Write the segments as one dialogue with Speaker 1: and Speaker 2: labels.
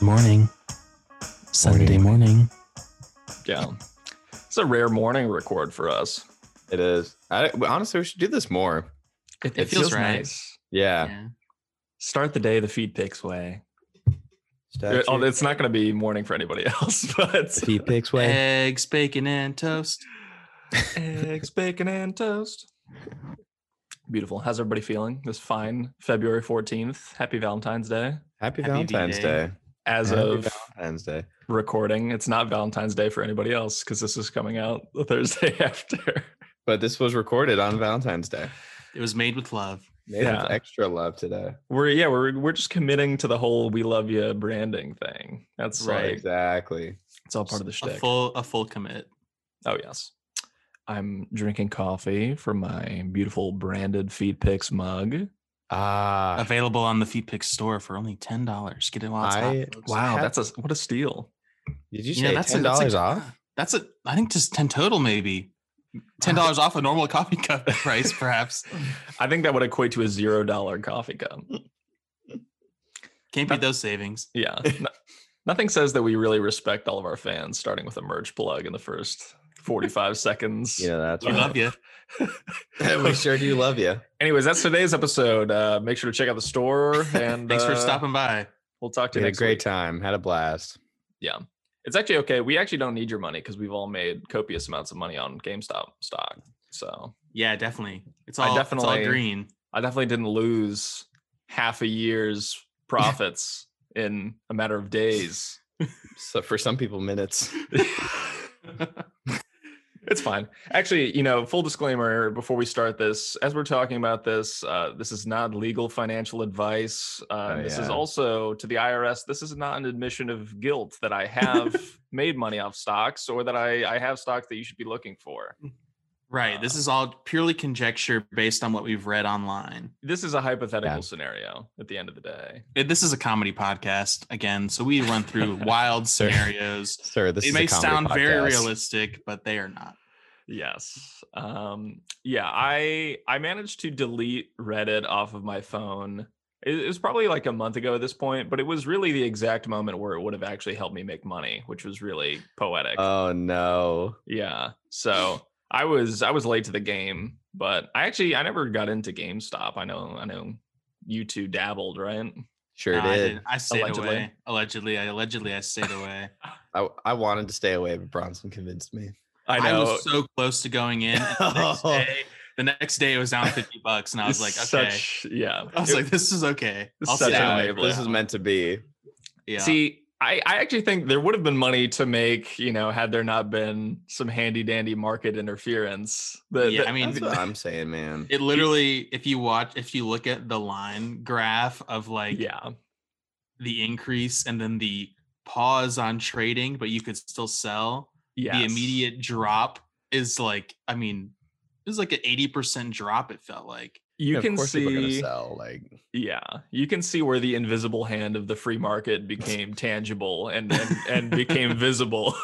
Speaker 1: Morning. Sunday morning.
Speaker 2: Yeah. It's a rare morning record for us.
Speaker 3: It is. I honestly we should do this more.
Speaker 2: It,
Speaker 4: It feels right.
Speaker 2: nice.
Speaker 3: Yeah.
Speaker 2: Start the day the feed picks way.
Speaker 4: Statue.
Speaker 2: Oh, it's not going to be morning for anybody else, but
Speaker 1: Pete Pig's way.
Speaker 4: Eggs, bacon, and toast.
Speaker 2: eggs, bacon, and toast. Beautiful. How's everybody feeling this fine February 14th? Happy Valentine's Day.
Speaker 4: Happy
Speaker 3: Happy, Valentine's
Speaker 4: V-Day.
Speaker 3: Day.
Speaker 2: As
Speaker 3: Happy
Speaker 2: of
Speaker 3: Valentine's Day.
Speaker 2: recording, it's not Valentine's Day for anybody else because this is coming out the Thursday after.
Speaker 3: But this was recorded on Valentine's Day.
Speaker 4: It was made with love.
Speaker 3: Made
Speaker 2: Yeah.
Speaker 3: with extra love today.
Speaker 2: We're, yeah, we're, we're just committing to the whole we love you branding thing. That's
Speaker 4: Right.
Speaker 2: right.
Speaker 3: Exactly.
Speaker 2: it's all part of the
Speaker 4: A
Speaker 2: shtick.
Speaker 4: full, a full commit.
Speaker 2: Oh yes. I'm drinking coffee from my beautiful branded Feed Picks mug.
Speaker 3: Ah.
Speaker 4: Available on the Feet Pick store for only ten dollars. Get it while it's
Speaker 3: I-
Speaker 4: hot. folks.
Speaker 2: Wow,
Speaker 3: Hap-
Speaker 2: that's a what a steal.
Speaker 3: Did you
Speaker 4: You
Speaker 3: say
Speaker 4: know, that's a-
Speaker 3: ten
Speaker 4: that's a-
Speaker 3: dollars off?
Speaker 4: That's a. I think just ten total, maybe. Ten dollars off a normal coffee cup price, perhaps.
Speaker 2: I think that would equate to a zero dollar coffee cup.
Speaker 4: Can't beat those savings.
Speaker 2: Yeah. No- nothing says that we really respect all of our fans, starting with a merge plug in the first 45 seconds.
Speaker 3: Yeah, that's
Speaker 4: We love you.
Speaker 3: right. we sure do love you.
Speaker 2: Anyways, that's today's episode. Uh, make sure to check out the store and
Speaker 4: Thanks for
Speaker 2: uh,
Speaker 4: stopping by.
Speaker 2: We'll talk to
Speaker 3: We
Speaker 2: you
Speaker 3: had a
Speaker 2: next
Speaker 3: great
Speaker 2: week.
Speaker 3: time. Had a blast.
Speaker 2: It's actually okay. We actually don't need your money because we've all made copious amounts of money on GameStop stock. So
Speaker 4: Yeah, definitely. It's all.
Speaker 2: I
Speaker 4: It's
Speaker 2: definitely-
Speaker 4: all green.
Speaker 2: I definitely didn't lose half a year's profits in a matter of days.
Speaker 3: So for some people, minutes.
Speaker 2: it's fine. Actually, you know, full disclaimer before we start this, as we're talking about this, uh, this is not legal financial advice. Uh,
Speaker 3: Oh,
Speaker 2: This is
Speaker 3: yeah.
Speaker 2: also to the IRS. This is not an admission of guilt that I have made money off stocks or that I, I have stocks that you should be looking for.
Speaker 4: Right. This
Speaker 2: Uh,
Speaker 4: is all purely conjecture based on what we've read online.
Speaker 2: This is a hypothetical
Speaker 3: Yeah.
Speaker 2: scenario at the end of the day.
Speaker 4: Uh, This is a comedy podcast again, so we run through wild
Speaker 3: Sure.
Speaker 4: scenarios.
Speaker 3: Sir, this
Speaker 4: they
Speaker 3: is
Speaker 4: may
Speaker 3: a comedy
Speaker 4: sound very
Speaker 3: podcast.
Speaker 4: realistic, but they are not.
Speaker 2: Yes. Um, yeah, I I managed to delete Reddit off of my phone. It, it was probably like a month ago at this point, but it was really the exact moment where it would have actually helped me make money, which was really poetic.
Speaker 3: Oh no.
Speaker 2: yeah. So I was I was late to the game, but I actually I never got into GameStop. I know I know you two dabbled, right?
Speaker 3: Sure
Speaker 4: No, I,
Speaker 3: did.
Speaker 4: didn't. I stayed
Speaker 2: Allegedly.
Speaker 4: away. Allegedly, I allegedly I stayed away.
Speaker 3: I, I wanted to stay away, but Bronson convinced me.
Speaker 2: I
Speaker 4: I,
Speaker 2: know
Speaker 4: was so close to going in. and The next,
Speaker 3: Oh.
Speaker 4: day, the next day it was down fifty bucks, and I was like, okay.
Speaker 2: such yeah.
Speaker 4: I was
Speaker 2: it-
Speaker 4: like, this is okay.
Speaker 2: This
Speaker 4: I'll
Speaker 2: is such
Speaker 4: stay
Speaker 2: a
Speaker 4: away.
Speaker 2: label.
Speaker 4: for
Speaker 3: This
Speaker 4: now.
Speaker 3: is meant to be.
Speaker 4: yeah.
Speaker 2: See, I, I actually think there would have been money to make, you know, had there not been some handy dandy market interference. The-
Speaker 4: Yeah,
Speaker 2: the-
Speaker 4: I mean,
Speaker 3: That's what I'm saying, man.
Speaker 4: it literally. If you watch, if you look at the line graph of like
Speaker 2: yeah,
Speaker 4: the increase and then the pause on trading, but you could still sell.
Speaker 2: yeah.
Speaker 4: The immediate drop is like, I mean, it was like an eighty percent drop. It felt like.
Speaker 2: you
Speaker 3: of
Speaker 2: can
Speaker 3: course people are gonna
Speaker 2: see,
Speaker 3: sell like
Speaker 2: yeah, you can see where the invisible hand of the free market became tangible and and, and became visible.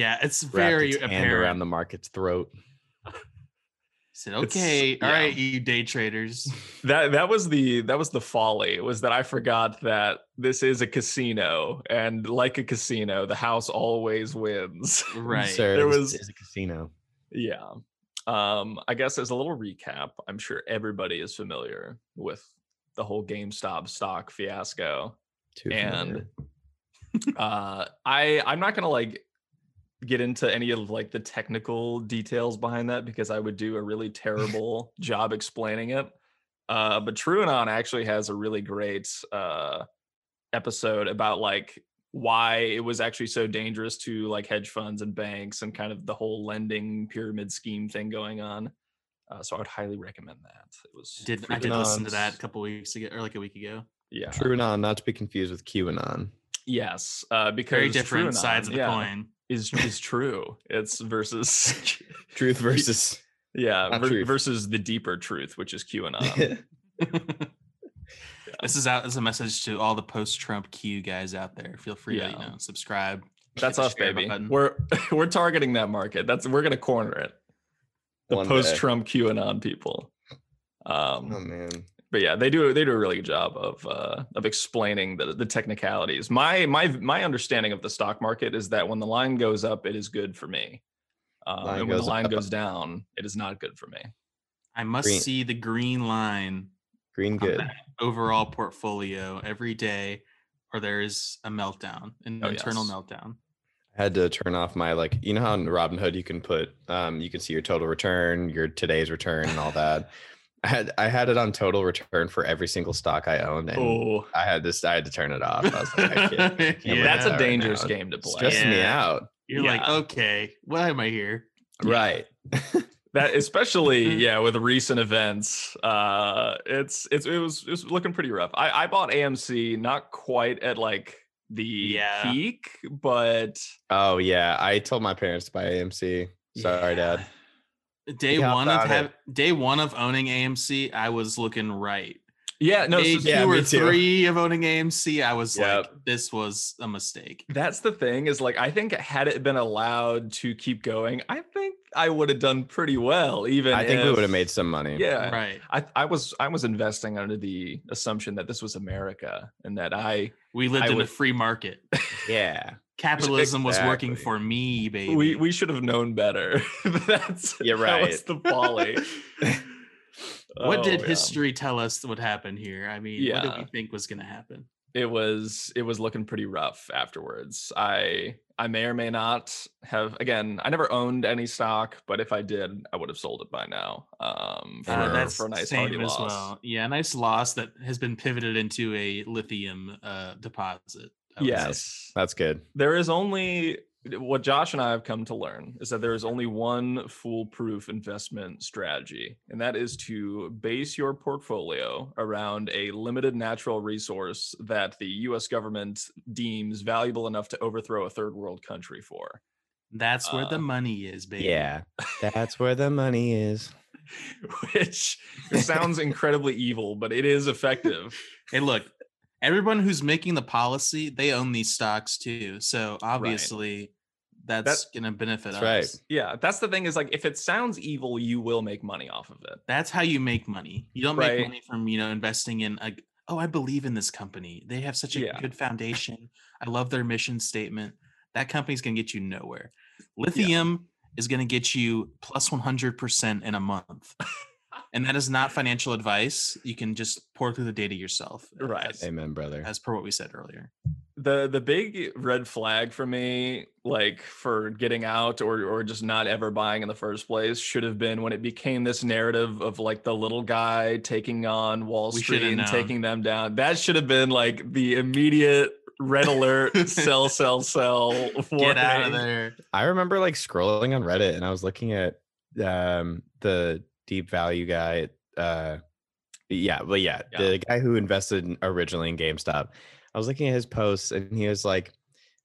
Speaker 4: Yeah, it's
Speaker 3: wrapped
Speaker 4: very
Speaker 3: its hand
Speaker 4: apparent.
Speaker 3: around the market's throat.
Speaker 4: said,
Speaker 2: It's-
Speaker 4: okay, all
Speaker 2: yeah.
Speaker 4: right, you day traders.
Speaker 2: That that was the that was the folly was that I forgot that this is a casino and like a casino, the house always wins.
Speaker 4: Right.
Speaker 3: Sir,
Speaker 2: There
Speaker 3: this
Speaker 2: was-
Speaker 3: is a casino.
Speaker 2: Yeah. Um, I guess as a little recap, I'm sure everybody is familiar with the whole GameStop stock fiasco.
Speaker 3: Too
Speaker 2: and
Speaker 3: familiar.
Speaker 2: uh I I'm not gonna like get into any of like the technical details behind that because I would do a really terrible job explaining it. Uh but Truanon actually has a really great uh episode about like why it was actually so dangerous to like hedge funds and banks and kind of the whole lending pyramid scheme thing going on. Uh, so I would highly recommend that. It was
Speaker 4: I did I
Speaker 2: freaking
Speaker 4: did listen to that a
Speaker 2: nuts.
Speaker 4: couple weeks ago or like a week ago.
Speaker 2: Yeah.
Speaker 3: Truanon, not to be confused with QAnon.
Speaker 2: Yes. Uh, because
Speaker 4: Very different sides
Speaker 2: Truanon,
Speaker 4: of the
Speaker 2: yeah.
Speaker 4: coin.
Speaker 2: is is true. It's versus
Speaker 3: Truth versus
Speaker 2: yeah
Speaker 3: Not
Speaker 2: ver-
Speaker 3: truth.
Speaker 2: versus the deeper truth, which is QAnon.
Speaker 4: This is out as a message to all the post-Trump Q guys out there. Feel free to you
Speaker 2: Yeah.
Speaker 4: know subscribe.
Speaker 2: That's
Speaker 4: Hit the
Speaker 2: us,
Speaker 4: share
Speaker 2: baby.
Speaker 4: button.
Speaker 2: We're we're targeting that market. That's we're gonna corner it. The
Speaker 3: One day.
Speaker 2: post Trump QAnon people. Um,
Speaker 3: Oh man.
Speaker 2: but yeah, they do they do a really good job of uh, of explaining the the technicalities. My my my understanding of the stock market is that when the line goes up, it is good for me, um,
Speaker 3: Line
Speaker 2: and when the
Speaker 3: goes
Speaker 2: line
Speaker 3: up.
Speaker 2: goes down, it is not good for me.
Speaker 4: I must
Speaker 3: Green.
Speaker 4: see the green line
Speaker 3: Green
Speaker 4: on
Speaker 3: good.
Speaker 4: that overall portfolio every day, or there is a meltdown, an
Speaker 2: Oh,
Speaker 4: internal
Speaker 2: yes.
Speaker 4: meltdown.
Speaker 3: I had to turn off my like you know how in Robinhood you can put um you can see your total return, your today's return and all that. I had I had it on total return for every single stock I owned and
Speaker 2: Oh,
Speaker 3: I had this I had to turn it off. I was like, I can't, I can't
Speaker 4: Yeah.
Speaker 3: look
Speaker 2: that's
Speaker 3: at
Speaker 2: a
Speaker 3: that right now.
Speaker 2: dangerous game to
Speaker 3: It's
Speaker 2: play.
Speaker 3: stressing me
Speaker 4: Yeah.
Speaker 3: out.
Speaker 4: You're like,
Speaker 2: Yeah.
Speaker 4: okay, why am I here?
Speaker 3: Right.
Speaker 2: That especially yeah with recent events, uh, it's it's it was it was looking pretty rough. I I bought AMC not quite at like the
Speaker 4: Yeah.
Speaker 2: peak, but
Speaker 3: Oh yeah. I told my parents to buy AMC. Sorry,
Speaker 4: Yeah.
Speaker 3: Dad.
Speaker 4: Day
Speaker 3: Yeah,
Speaker 4: one of
Speaker 3: about it.
Speaker 4: have, day one of owning AMC, I was looking right.
Speaker 2: yeah no
Speaker 4: Day
Speaker 2: so-
Speaker 4: two
Speaker 3: yeah,
Speaker 4: or
Speaker 3: me too.
Speaker 4: three of owning AMC, I was like,
Speaker 3: Yep.
Speaker 4: this was a mistake.
Speaker 2: That's the thing is like I think had it been allowed to keep going, I think I would have done pretty well. Even
Speaker 3: I think we
Speaker 2: if-
Speaker 3: would have made some money.
Speaker 2: Yeah,
Speaker 4: Right.
Speaker 2: I I was I was investing under the assumption that this was America and that I
Speaker 4: We lived
Speaker 2: I
Speaker 4: in a
Speaker 2: would-
Speaker 4: free market.
Speaker 3: Yeah.
Speaker 4: Capitalism was working
Speaker 3: Exactly.
Speaker 4: for me, baby.
Speaker 2: we we should have known better. That's
Speaker 3: You're
Speaker 2: That was
Speaker 3: right.
Speaker 2: the folly.
Speaker 4: what
Speaker 2: Oh,
Speaker 4: did
Speaker 2: yeah.
Speaker 4: history tell us would happen here? I mean, what did
Speaker 2: Yeah.
Speaker 4: we think was going to happen?
Speaker 2: it was it was looking pretty rough afterwards i i may or may not have again i never owned any stock but if i did i would have sold it by now um for,
Speaker 4: Uh, that's
Speaker 2: for a nice
Speaker 4: same
Speaker 2: hearty
Speaker 4: as
Speaker 2: loss
Speaker 4: well. Yeah, a nice loss that has been pivoted into a lithium uh, deposit. I would say.
Speaker 2: yes
Speaker 3: That's good.
Speaker 2: there is only what josh and i have come to learn is that there is only one foolproof investment strategy and that is to base your portfolio around a limited natural resource that the us government deems valuable enough to overthrow a third world country for
Speaker 4: that's where
Speaker 2: Uh,
Speaker 4: the money is, baby.
Speaker 3: Yeah. That's where the money is.
Speaker 2: which sounds incredibly evil, but it is effective.
Speaker 4: Hey, look, everyone who's making the policy, they own these stocks too. So obviously, that's going to benefit
Speaker 3: That's right.
Speaker 4: us.
Speaker 2: Yeah, that's the thing is like if it sounds evil, you will make money off of it.
Speaker 4: That's how you make money. You don't
Speaker 2: Right.
Speaker 4: make money from you know investing in a. Oh, I believe in this company. They have such a
Speaker 2: Yeah.
Speaker 4: good foundation. I love their mission statement. That company's gonna get you nowhere. Lithium is gonna get you plus one hundred percent in a month, and that is not financial advice. You can just pour through the data yourself. uh,
Speaker 2: Right.
Speaker 4: As,
Speaker 3: Amen, brother.
Speaker 4: as per what we said earlier.
Speaker 2: The the big red flag for me, like for getting out or or just not ever buying in the first place, should have been when it became this narrative of like the little guy taking on Wall
Speaker 4: We
Speaker 2: Street
Speaker 4: should've
Speaker 2: and
Speaker 4: known.
Speaker 2: taking them down. That should have been like the immediate red alert, sell, sell, sell.
Speaker 4: Get out of
Speaker 2: warning.
Speaker 4: there.
Speaker 3: I remember like scrolling on Reddit and I was looking at um the deep value guy uh yeah, well yeah,
Speaker 2: Yeah.
Speaker 3: the guy who invested in- originally in GameStop. I was looking at his posts and he was like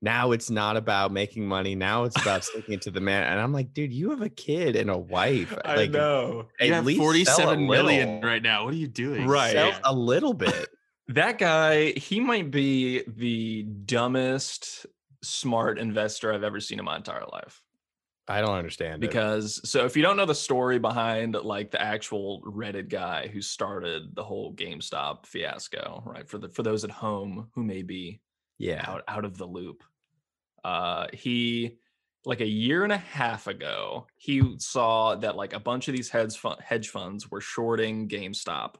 Speaker 3: now it's not about making money. Now it's about sticking it to the man. And I'm like, dude, you have a kid and a wife.
Speaker 2: I
Speaker 3: like,
Speaker 2: know.
Speaker 3: at
Speaker 4: you have
Speaker 3: least sell a
Speaker 4: forty-seven million
Speaker 3: little.
Speaker 4: right now. What are you doing?
Speaker 2: Right.
Speaker 3: Sell
Speaker 4: Yeah.
Speaker 3: a little bit.
Speaker 2: That guy, he might be the dumbest smart investor I've ever seen in my entire life.
Speaker 3: I don't understand it.
Speaker 2: Because so if you don't know the story behind like the actual Reddit guy who started the whole GameStop fiasco, right? For the for those at home who may be
Speaker 3: yeah,
Speaker 2: out, out of the loop. Uh, he like a year and a half ago, he saw that like a bunch of these hedge fund, hedge funds were shorting GameStop,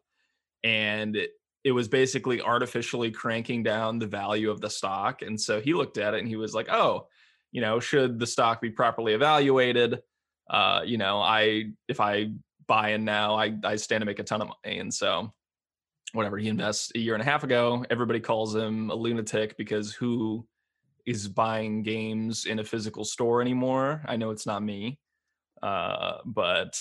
Speaker 2: and it, it was basically artificially cranking down the value of the stock. And so he looked at it and he was like, "Oh, you know, should the stock be properly evaluated? Uh, you know, I if I buy in now, I I stand to make a ton of money." And so whatever he invests a year and a half ago everybody calls him a lunatic because who is buying games in a physical store anymore i know it's not me uh, but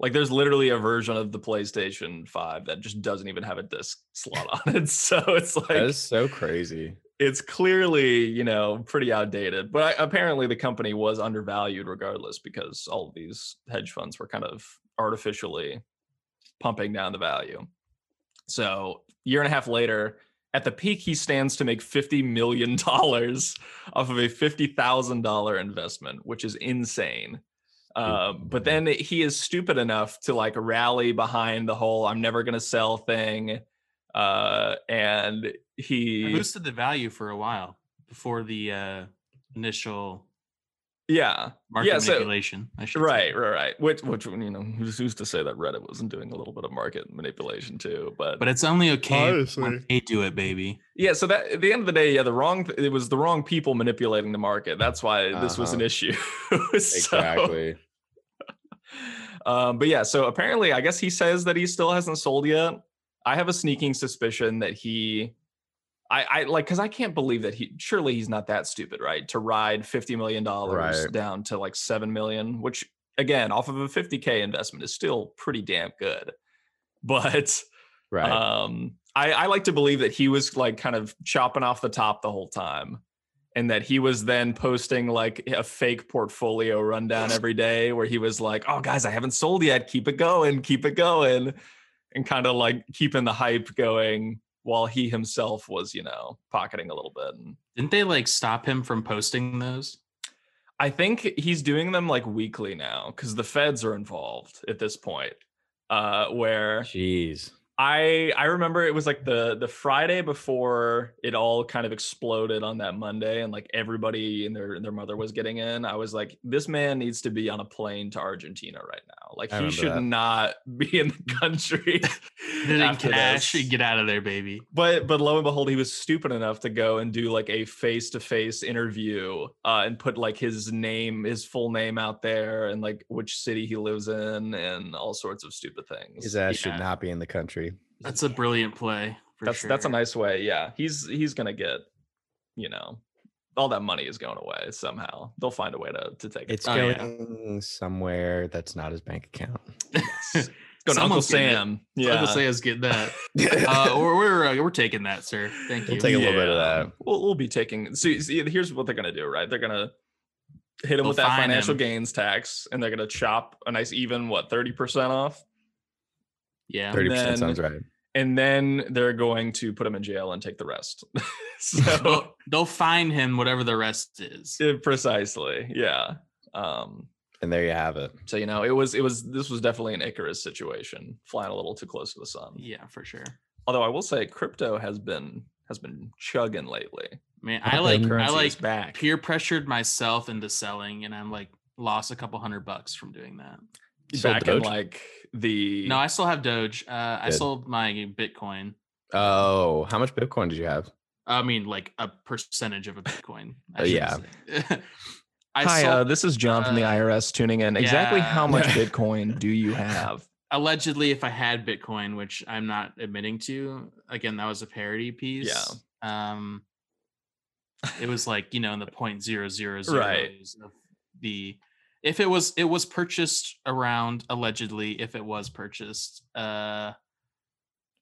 Speaker 2: like there's literally a version of the playstation 5 that just doesn't even have a disc slot on it so it's
Speaker 3: that
Speaker 2: like
Speaker 3: is so crazy.
Speaker 2: it's clearly you know pretty outdated but I, apparently the company was undervalued regardless because all of these hedge funds were kind of artificially pumping down the value so year and a half later at the peak he stands to make 50 million dollars off of a $50000 investment which is insane Uh, but then he is stupid enough to like rally behind the whole "I'm never gonna sell" thing, uh, and
Speaker 4: It
Speaker 2: he,
Speaker 4: boosted the value for a while before the uh, initial
Speaker 2: yeah,
Speaker 4: market
Speaker 2: Yeah, so-
Speaker 4: manipulation. I should say.
Speaker 2: right, right, right. Which, which you know, who's, who's to say that Reddit wasn't doing a little bit of market manipulation too? But,
Speaker 4: But it's only okay
Speaker 3: Honestly.
Speaker 4: when they do it, baby.
Speaker 2: yeah, so that at the end of the day, yeah, the wrong th- it was the wrong people manipulating the market. That's why this was an
Speaker 3: Uh-huh.
Speaker 2: issue. So-
Speaker 3: Exactly.
Speaker 2: um, but yeah, so apparently, I guess he says that he still hasn't sold yet. I have a sneaking suspicion that he, I, I like, because I can't believe that he. Surely he's not that stupid, right? To ride fifty million dollars
Speaker 3: Right.
Speaker 2: down to like seven million, which again, off of a fifty k investment, is still pretty damn good. But
Speaker 3: right.
Speaker 2: um, I, I like to believe that he was like kind of chopping off the top the whole time, and that he was then posting like a fake portfolio rundown every day, where he was like, "Oh, guys, I haven't sold yet. Keep it going. Keep it going," and kind of like keeping the hype going while he himself was, you know, pocketing a little bit. And
Speaker 4: Didn't they like stop him from posting those?
Speaker 2: I think he's doing them like weekly now because the feds are involved at this point. Uh, where
Speaker 3: Jeez.
Speaker 2: I I remember it was like the the Friday before it all kind of exploded on that Monday, and like everybody and their and their mother was getting in. I was like, this man needs to be on a plane to Argentina right now. Like
Speaker 3: I
Speaker 2: he
Speaker 3: remember
Speaker 2: should
Speaker 3: that.
Speaker 2: not be in the country.
Speaker 4: Did it in
Speaker 2: after
Speaker 4: cash?
Speaker 2: this.
Speaker 4: Get out of there, baby.
Speaker 2: But but lo and behold, he was stupid enough to go and do like a face to face interview uh, and put like his name, his full name out there, and like which city he lives in, and all sorts of stupid things.
Speaker 3: His ass
Speaker 4: Yeah.
Speaker 3: should not be in the country.
Speaker 4: That's a brilliant play. For
Speaker 2: that's
Speaker 4: sure.
Speaker 2: that's a nice way. Yeah, he's he's gonna get, you know, all that money is going away somehow. They'll find a way to to take it.
Speaker 3: It's
Speaker 4: Oh, yeah.
Speaker 3: going somewhere that's not his bank account.
Speaker 2: It's going to Uncle
Speaker 4: Someone's getting it.
Speaker 2: Sam.
Speaker 4: Yeah.
Speaker 2: Yeah,
Speaker 4: say us get that. uh, we're we're, uh, we're taking that, sir. Thank you.
Speaker 3: We'll take a little bit of
Speaker 2: Yeah.
Speaker 3: that.
Speaker 2: We'll we'll be taking. See, see, here's what they're gonna do. Right, they're gonna hit him
Speaker 4: They'll
Speaker 2: with that
Speaker 4: fine
Speaker 2: financial
Speaker 4: him.
Speaker 2: gains tax, and they're gonna chop a nice even what thirty percent off,
Speaker 4: yeah.
Speaker 3: Thirty
Speaker 2: then-
Speaker 3: percent sounds right.
Speaker 2: and then they're going to put him in jail and take the rest. so
Speaker 4: They'll, they'll find him whatever the rest is.
Speaker 2: yeah, precisely, yeah. Um,
Speaker 3: And there you have it.
Speaker 2: So you know, it was it was this was definitely an Icarus situation, flying a little too close to the sun.
Speaker 4: Yeah, for sure.
Speaker 2: Although I will say, crypto has been has been chugging lately.
Speaker 4: Man, I
Speaker 3: Okay,
Speaker 4: like I
Speaker 2: Currency
Speaker 4: like
Speaker 2: is back.
Speaker 4: peer pressured myself into selling, and I'm like lost a couple hundred bucks from doing that.
Speaker 3: Sold
Speaker 2: back in
Speaker 3: Doge?
Speaker 2: like the
Speaker 4: No, I still have Doge. Uh, I
Speaker 3: Good.
Speaker 4: sold my Bitcoin.
Speaker 3: Oh, how much Bitcoin did you have?
Speaker 4: I mean, like a percentage of a Bitcoin. I
Speaker 3: Oh,
Speaker 4: should
Speaker 3: yeah.
Speaker 4: say. I
Speaker 2: hi, uh,
Speaker 4: sold
Speaker 2: this is John from the
Speaker 4: uh,
Speaker 2: IRS tuning in. Exactly
Speaker 4: yeah.
Speaker 2: how much Bitcoin do you have?
Speaker 4: allegedly if I had Bitcoin, which I'm not admitting to. Again, that was a parody piece. Yeah. Um, it was like you know in the point zero zero zero
Speaker 2: Right.
Speaker 4: of the if it was it was purchased around allegedly if it was purchased uh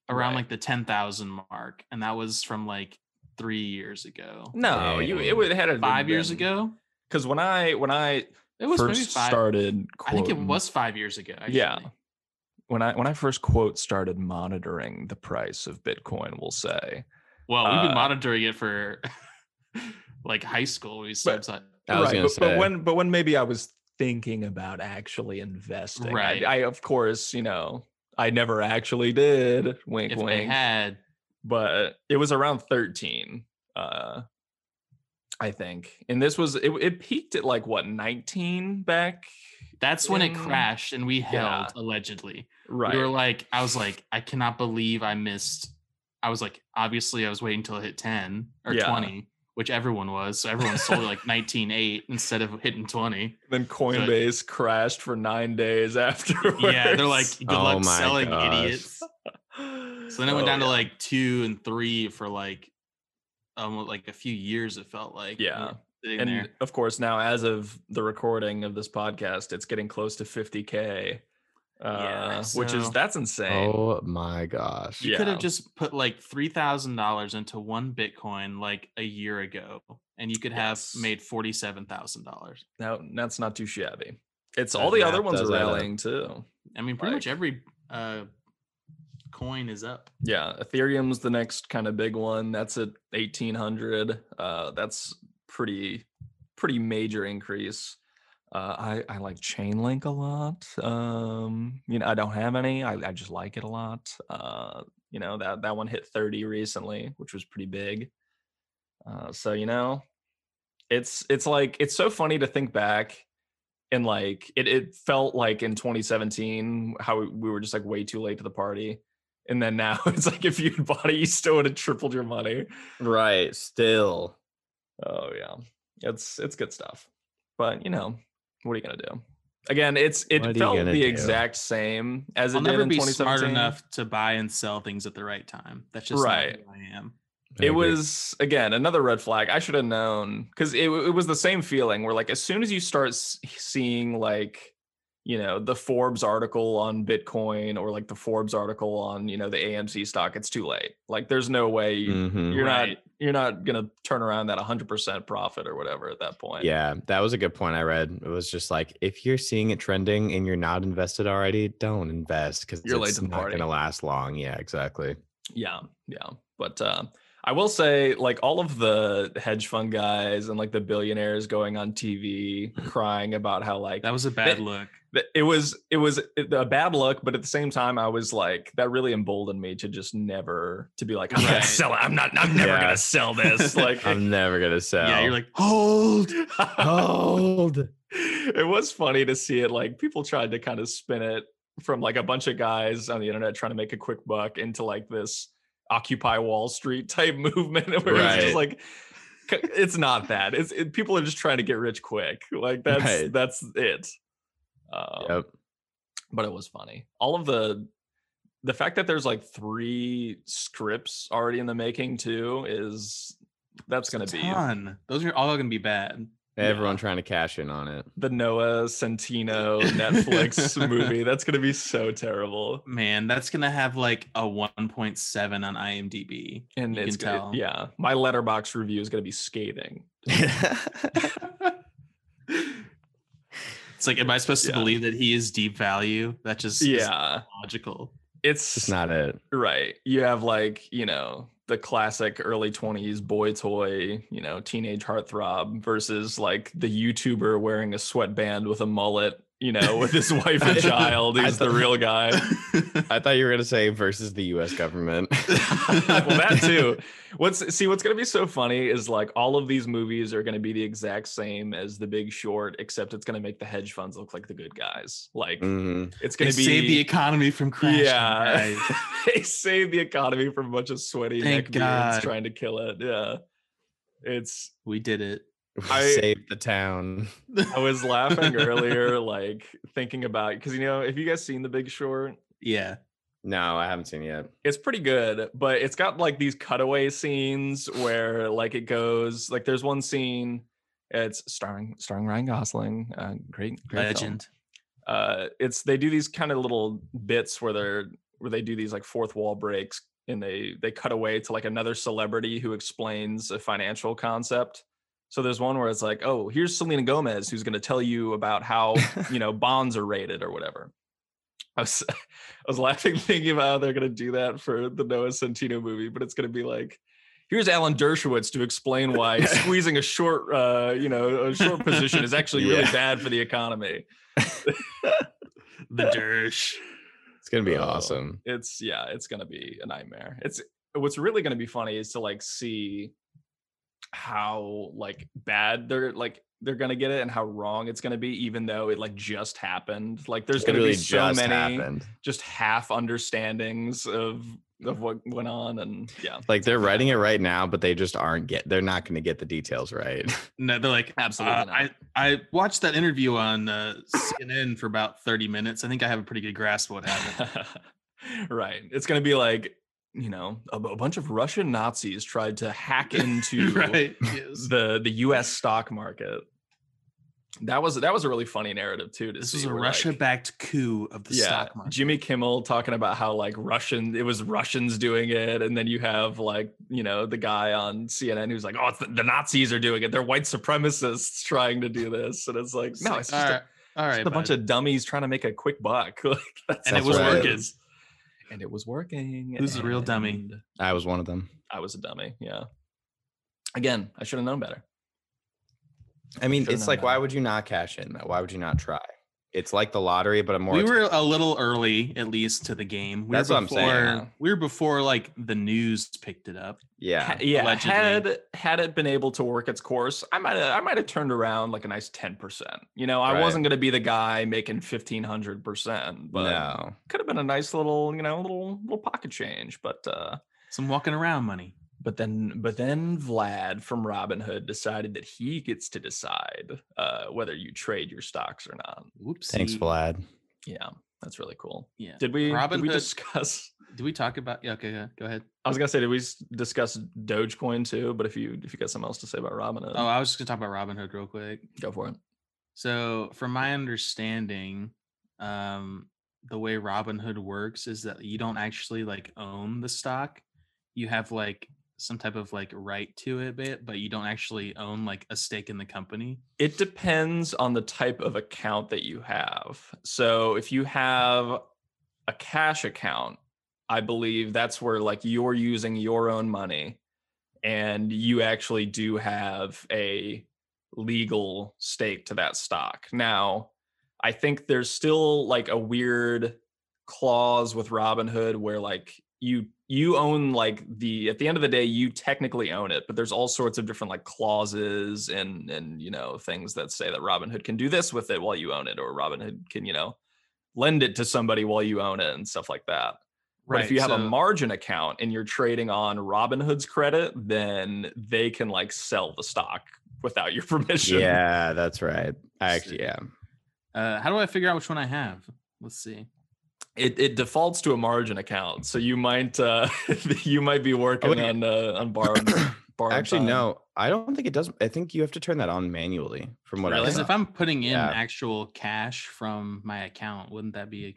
Speaker 4: around
Speaker 2: Right.
Speaker 4: like the ten thousand mark, and that was from like three years ago,
Speaker 2: No, you it would had it
Speaker 4: five years ago.
Speaker 2: Because when I when I
Speaker 4: It was maybe
Speaker 2: first
Speaker 4: five.
Speaker 2: started,
Speaker 4: I think it
Speaker 2: quoting-
Speaker 4: was five years ago. Actually.
Speaker 2: Yeah. when I when I first quote started monitoring the price of Bitcoin. We'll say
Speaker 4: Well, we've been
Speaker 2: Uh,
Speaker 4: monitoring it for like high school. We subsidized.
Speaker 3: I was
Speaker 2: right,
Speaker 3: gonna
Speaker 2: but,
Speaker 3: say.
Speaker 2: but when but when maybe I was thinking about actually investing, I-
Speaker 4: Right.
Speaker 2: I, of course, you know, I never actually did. Wink,
Speaker 4: if they
Speaker 2: wink.
Speaker 4: had
Speaker 2: but it was around thirteen, uh, I think. And this was it. It peaked at like what nineteen back,
Speaker 4: that's when it
Speaker 2: Mm.
Speaker 4: crashed and we held
Speaker 2: Yeah.
Speaker 4: allegedly
Speaker 2: right?
Speaker 4: we were like i was like i cannot believe i missed i was like obviously i was waiting until it hit 10 or
Speaker 2: Yeah.
Speaker 4: 20 which everyone was so everyone sold at like 19.8 instead of hitting 20
Speaker 2: then Coinbase crashed for nine days afterwards.
Speaker 4: yeah they're like good
Speaker 3: Oh
Speaker 4: luck
Speaker 3: my
Speaker 4: selling
Speaker 3: gosh.
Speaker 4: idiots so then it went
Speaker 2: Oh,
Speaker 4: down to like two and three for like almost like a few years it felt like
Speaker 2: Yeah.
Speaker 4: we were sitting
Speaker 2: and
Speaker 4: there.
Speaker 2: of course now as of the recording of this podcast it's getting close to 50k uh,
Speaker 4: Yeah,
Speaker 2: which is
Speaker 4: so-
Speaker 2: that's insane
Speaker 3: Oh my gosh.
Speaker 4: You could
Speaker 2: Yeah.
Speaker 4: have just put like three thousand dollars into one Bitcoin like a year ago, and you could have
Speaker 2: Yes.
Speaker 4: made forty seven thousand dollars.
Speaker 2: now that's not too shabby it's all
Speaker 3: That
Speaker 2: the other
Speaker 3: math
Speaker 2: ones are
Speaker 3: does add up.
Speaker 2: rallying too
Speaker 4: I mean, pretty
Speaker 2: Like-
Speaker 4: much every uh, coin is up.
Speaker 2: yeah ethereum's the next kind of big one that's at 1800 uh, that's pretty pretty major increase Uh, I, I like Chainlink a lot. Um, you know, I don't have any. I, I just like it a lot. Uh, you know, that, that one hit 30 recently, which was pretty big. Uh, so, you know, it's it's like it's so funny to think back and like it it felt like in 2017 how we, we were just like way too late to the party. And then now it's like if you had bought it, you still would have tripled your money.
Speaker 3: Right. Still.
Speaker 2: Oh yeah. It's it's good stuff. But you know, what are you gonna do? Again, it's it
Speaker 3: What are you
Speaker 2: felt
Speaker 3: gonna
Speaker 2: the
Speaker 3: do?
Speaker 2: exact same as it
Speaker 4: I'll
Speaker 2: did
Speaker 4: never
Speaker 2: in
Speaker 4: be
Speaker 2: 2017.
Speaker 4: smart enough to buy and sell things at the right time. That's just
Speaker 2: Right.
Speaker 4: not who I am.
Speaker 2: it was again another red flag i should have known because it, it was the same feeling where like as soon as you start s- seeing like you know the forbes article on bitcoin or like the forbes article on you know the amc stock it's too late like there's no way you-
Speaker 3: Mhm.
Speaker 2: you're
Speaker 4: Right.
Speaker 2: not you're not gonna turn around that 100% profit or whatever at that point
Speaker 3: Yeah, that was a good point I read. It was just like if you're seeing it trending and you're not invested already, don't invest because
Speaker 2: You're late
Speaker 3: it's
Speaker 2: to the
Speaker 3: not
Speaker 2: party.
Speaker 3: going to last long. Yeah, exactly.
Speaker 2: Yeah, yeah. But uh, I will say, like, all of the hedge fund guys and like the billionaires going on TV crying about how like
Speaker 4: That was a bad
Speaker 2: They-
Speaker 4: look.
Speaker 2: th- it was it was a bad look, but at the same time, I was like that really emboldened me to just never to be like I'm
Speaker 4: Right.
Speaker 2: gonna sell it. I'm not. I'm never
Speaker 3: Yeah.
Speaker 2: gonna sell this. Like.
Speaker 3: I'm Oh, never going to sell.
Speaker 4: Yeah, you're like, hold.
Speaker 3: hold.
Speaker 2: it was funny to see it like people tried to kind of spin it from like a bunch of guys on the internet trying to make a quick buck into like this occupy wall street type movement where it's
Speaker 3: Right.
Speaker 2: just like c- it's not that it's it, people are just trying to get rich quick like that's
Speaker 3: Right.
Speaker 2: that's it um,
Speaker 3: Yep.
Speaker 2: but it was funny all of the the fact that there's like three scripts already in the making too is that's going to be
Speaker 4: Ton. Those are all going to be bad.
Speaker 3: Everyone
Speaker 2: Yeah.
Speaker 3: trying to cash in on it.
Speaker 2: the Noah Centino Netflix movie. That's gonna be so terrible.
Speaker 4: Man, that's going to have like a 1.7 on IMDb.
Speaker 2: And
Speaker 4: You
Speaker 2: it's
Speaker 4: can
Speaker 2: gonna,
Speaker 4: tell.
Speaker 2: yeah, my letterbox review is gonna be scathing.
Speaker 4: It's like, am I supposed to
Speaker 2: Yeah.
Speaker 4: believe that he is deep value? That just is
Speaker 2: Yeah,
Speaker 4: logical.
Speaker 2: it's
Speaker 3: It's not it.
Speaker 2: right. You have like you know the classic early twenties boy toy, you know, teenage heartthrob versus like the YouTuber wearing a sweatband with a mullet, you know, with his wife and child.
Speaker 3: I
Speaker 2: He's the
Speaker 3: thought-
Speaker 2: real guy.
Speaker 3: I thought you were going to say versus the US government.
Speaker 2: well, that too. What's see? What's gonna be so funny is like all of these movies are gonna be the exact same as The Big Short, except it's gonna make the hedge funds look like the good guys. Like
Speaker 3: Mhm.
Speaker 2: it's
Speaker 4: They
Speaker 2: gonna be
Speaker 4: save the economy from crashing.
Speaker 2: yeah.
Speaker 4: guys.
Speaker 2: they save the economy from a bunch of sweaty
Speaker 4: Thank
Speaker 2: neckbeards
Speaker 4: God.
Speaker 2: trying to kill it. Yeah, it's
Speaker 4: we did it.
Speaker 2: I-
Speaker 3: Save the town.
Speaker 2: I was laughing earlier, like thinking about because you know, if you guys seen The Big Short,
Speaker 4: Yeah.
Speaker 3: No, I haven't seen it yet.
Speaker 2: it's pretty good, but it's got like these cutaway scenes where like it goes like there's one scene it's starring starring Ryan Gosling, uh, great great film.
Speaker 4: Legend.
Speaker 2: Uh, it's they do these kind of little bits where they're where they do these like fourth wall breaks and they they cut away to like another celebrity who explains a financial concept. So there's one where it's like, oh, here's Selena Gomez who's going to tell you about how you know bonds are rated or whatever. I was I was laughing thinking about how they're going to do that for the Noah Centino movie, but it's going to be like. Here's Alan Dershowitz to explain why squeezing a short, uh, you know, a short position is actually really
Speaker 3: Yeah.
Speaker 2: bad for the economy.
Speaker 4: The Dersh.
Speaker 3: It's going to be
Speaker 2: Oh.
Speaker 3: awesome.
Speaker 2: it's yeah it's gonna be a nightmare it's what's really gonna be funny is to like see how like bad they're like they're gonna get it and how wrong it's gonna be even though it like just happened like there's
Speaker 3: It
Speaker 2: gonna
Speaker 3: really
Speaker 2: be so
Speaker 3: just
Speaker 2: many
Speaker 3: happened.
Speaker 2: just half understandings of of what went on and yeah
Speaker 3: Like they're writing it right now, but they just aren't get. They're not going to get the details right.
Speaker 4: No, they're like,
Speaker 2: Absolutely
Speaker 4: uh,
Speaker 2: not.
Speaker 4: I, I watched that interview on uh, CNN for about 30 minutes. I think I have a pretty good grasp of what happened.
Speaker 2: right it's gonna be like you know a, a bunch of russian nazis tried to hack into
Speaker 4: right. Yes.
Speaker 2: the the U.S. stock market. That was that was a really funny narrative too. To
Speaker 4: This
Speaker 2: see,
Speaker 4: was a
Speaker 2: where,
Speaker 4: Russia
Speaker 2: like,
Speaker 4: backed coup of the
Speaker 2: yeah,
Speaker 4: stock market.
Speaker 2: Jimmy Kimmel talking about how like Russian, it was Russians doing it, and then you have like you know the guy on CNN who's like, oh, it's the, the Nazis are doing it. They're white supremacists trying to do this, and it's like, no, it's just,
Speaker 4: all
Speaker 2: a,
Speaker 4: right. all
Speaker 2: just
Speaker 4: right.
Speaker 2: a bunch of dummies trying to make a quick buck, like, that's,
Speaker 4: and it
Speaker 3: That's
Speaker 4: was
Speaker 3: right.
Speaker 4: working.
Speaker 2: and it was working.
Speaker 4: Who's the real dummy?
Speaker 2: and
Speaker 3: I was one of them.
Speaker 2: I was a dummy. Yeah. Again, I should have known better.
Speaker 3: I mean,
Speaker 2: Sure
Speaker 3: it's
Speaker 2: know
Speaker 3: like,
Speaker 2: that.
Speaker 3: why would you not cash in? though? Why would you not try? It's like the lottery, but a more.
Speaker 4: we were a little early, at least to the game. We
Speaker 3: That's
Speaker 4: were
Speaker 3: what I'm saying,
Speaker 4: before-
Speaker 3: yeah.
Speaker 4: We were before like the news picked it up.
Speaker 3: yeah.
Speaker 2: Ha- yeah.
Speaker 4: allegedly.
Speaker 2: Had had it been able to work its course, I might have I might have turned around like a nice ten percent. You know, I
Speaker 3: Right.
Speaker 2: wasn't gonna be the guy making fifteen hundred percent, but
Speaker 3: no.
Speaker 2: could have been a nice little you know little little pocket change. But uh,
Speaker 4: Some walking around money.
Speaker 2: but then but then Vlad from Robinhood decided that he gets to decide uh, whether you trade your stocks or not.
Speaker 4: Whoops.
Speaker 3: Thanks, Vlad.
Speaker 2: Yeah, that's really cool.
Speaker 4: Yeah.
Speaker 2: Did we did we
Speaker 4: Robinhood-
Speaker 2: discuss?
Speaker 4: Did we talk about? Yeah. Okay. Yeah, go ahead.
Speaker 2: I was gonna say, did we s- discuss Dogecoin too? But if you if you got something else to say about Robinhood,
Speaker 4: Oh, I was just gonna talk about Robinhood real quick.
Speaker 2: go for it.
Speaker 4: So, from my understanding, um, the way Robinhood works is that you don't actually like own the stock. You have like some type of like right to it, bit, but you don't actually own like a stake in the company.
Speaker 2: It depends on the type of account that you have. So if you have a cash account, I believe that's where like you're using your own money and you actually do have a legal stake to that stock. Now, I think there's still like a weird clause with Robinhood where like you you own like the at the end of the day you technically own it, but there's all sorts of different like clauses and and you know things that say that Robinhood can do this with it while you own it, or Robinhood can you know lend it to somebody while you own it and stuff like that. But if you have a
Speaker 4: so-
Speaker 2: margin account and you're trading on Robinhood's credit, then they can like sell the stock without your permission.
Speaker 3: Yeah, that's right. I actually,
Speaker 4: Sick.
Speaker 3: yeah.
Speaker 4: uh, how do I figure out which one I have? Let's see.
Speaker 2: It, it defaults to a margin account, so you might uh, you might be working
Speaker 3: wait.
Speaker 2: on uh, on borrowed. borrowed
Speaker 3: Actually,
Speaker 2: time.
Speaker 3: no. I don't think it does. I think you have to turn that on manually. From what I
Speaker 2: Really?
Speaker 4: Because
Speaker 3: saw.
Speaker 4: if I'm putting in
Speaker 3: Yeah.
Speaker 4: actual cash from my account, wouldn't that be? A,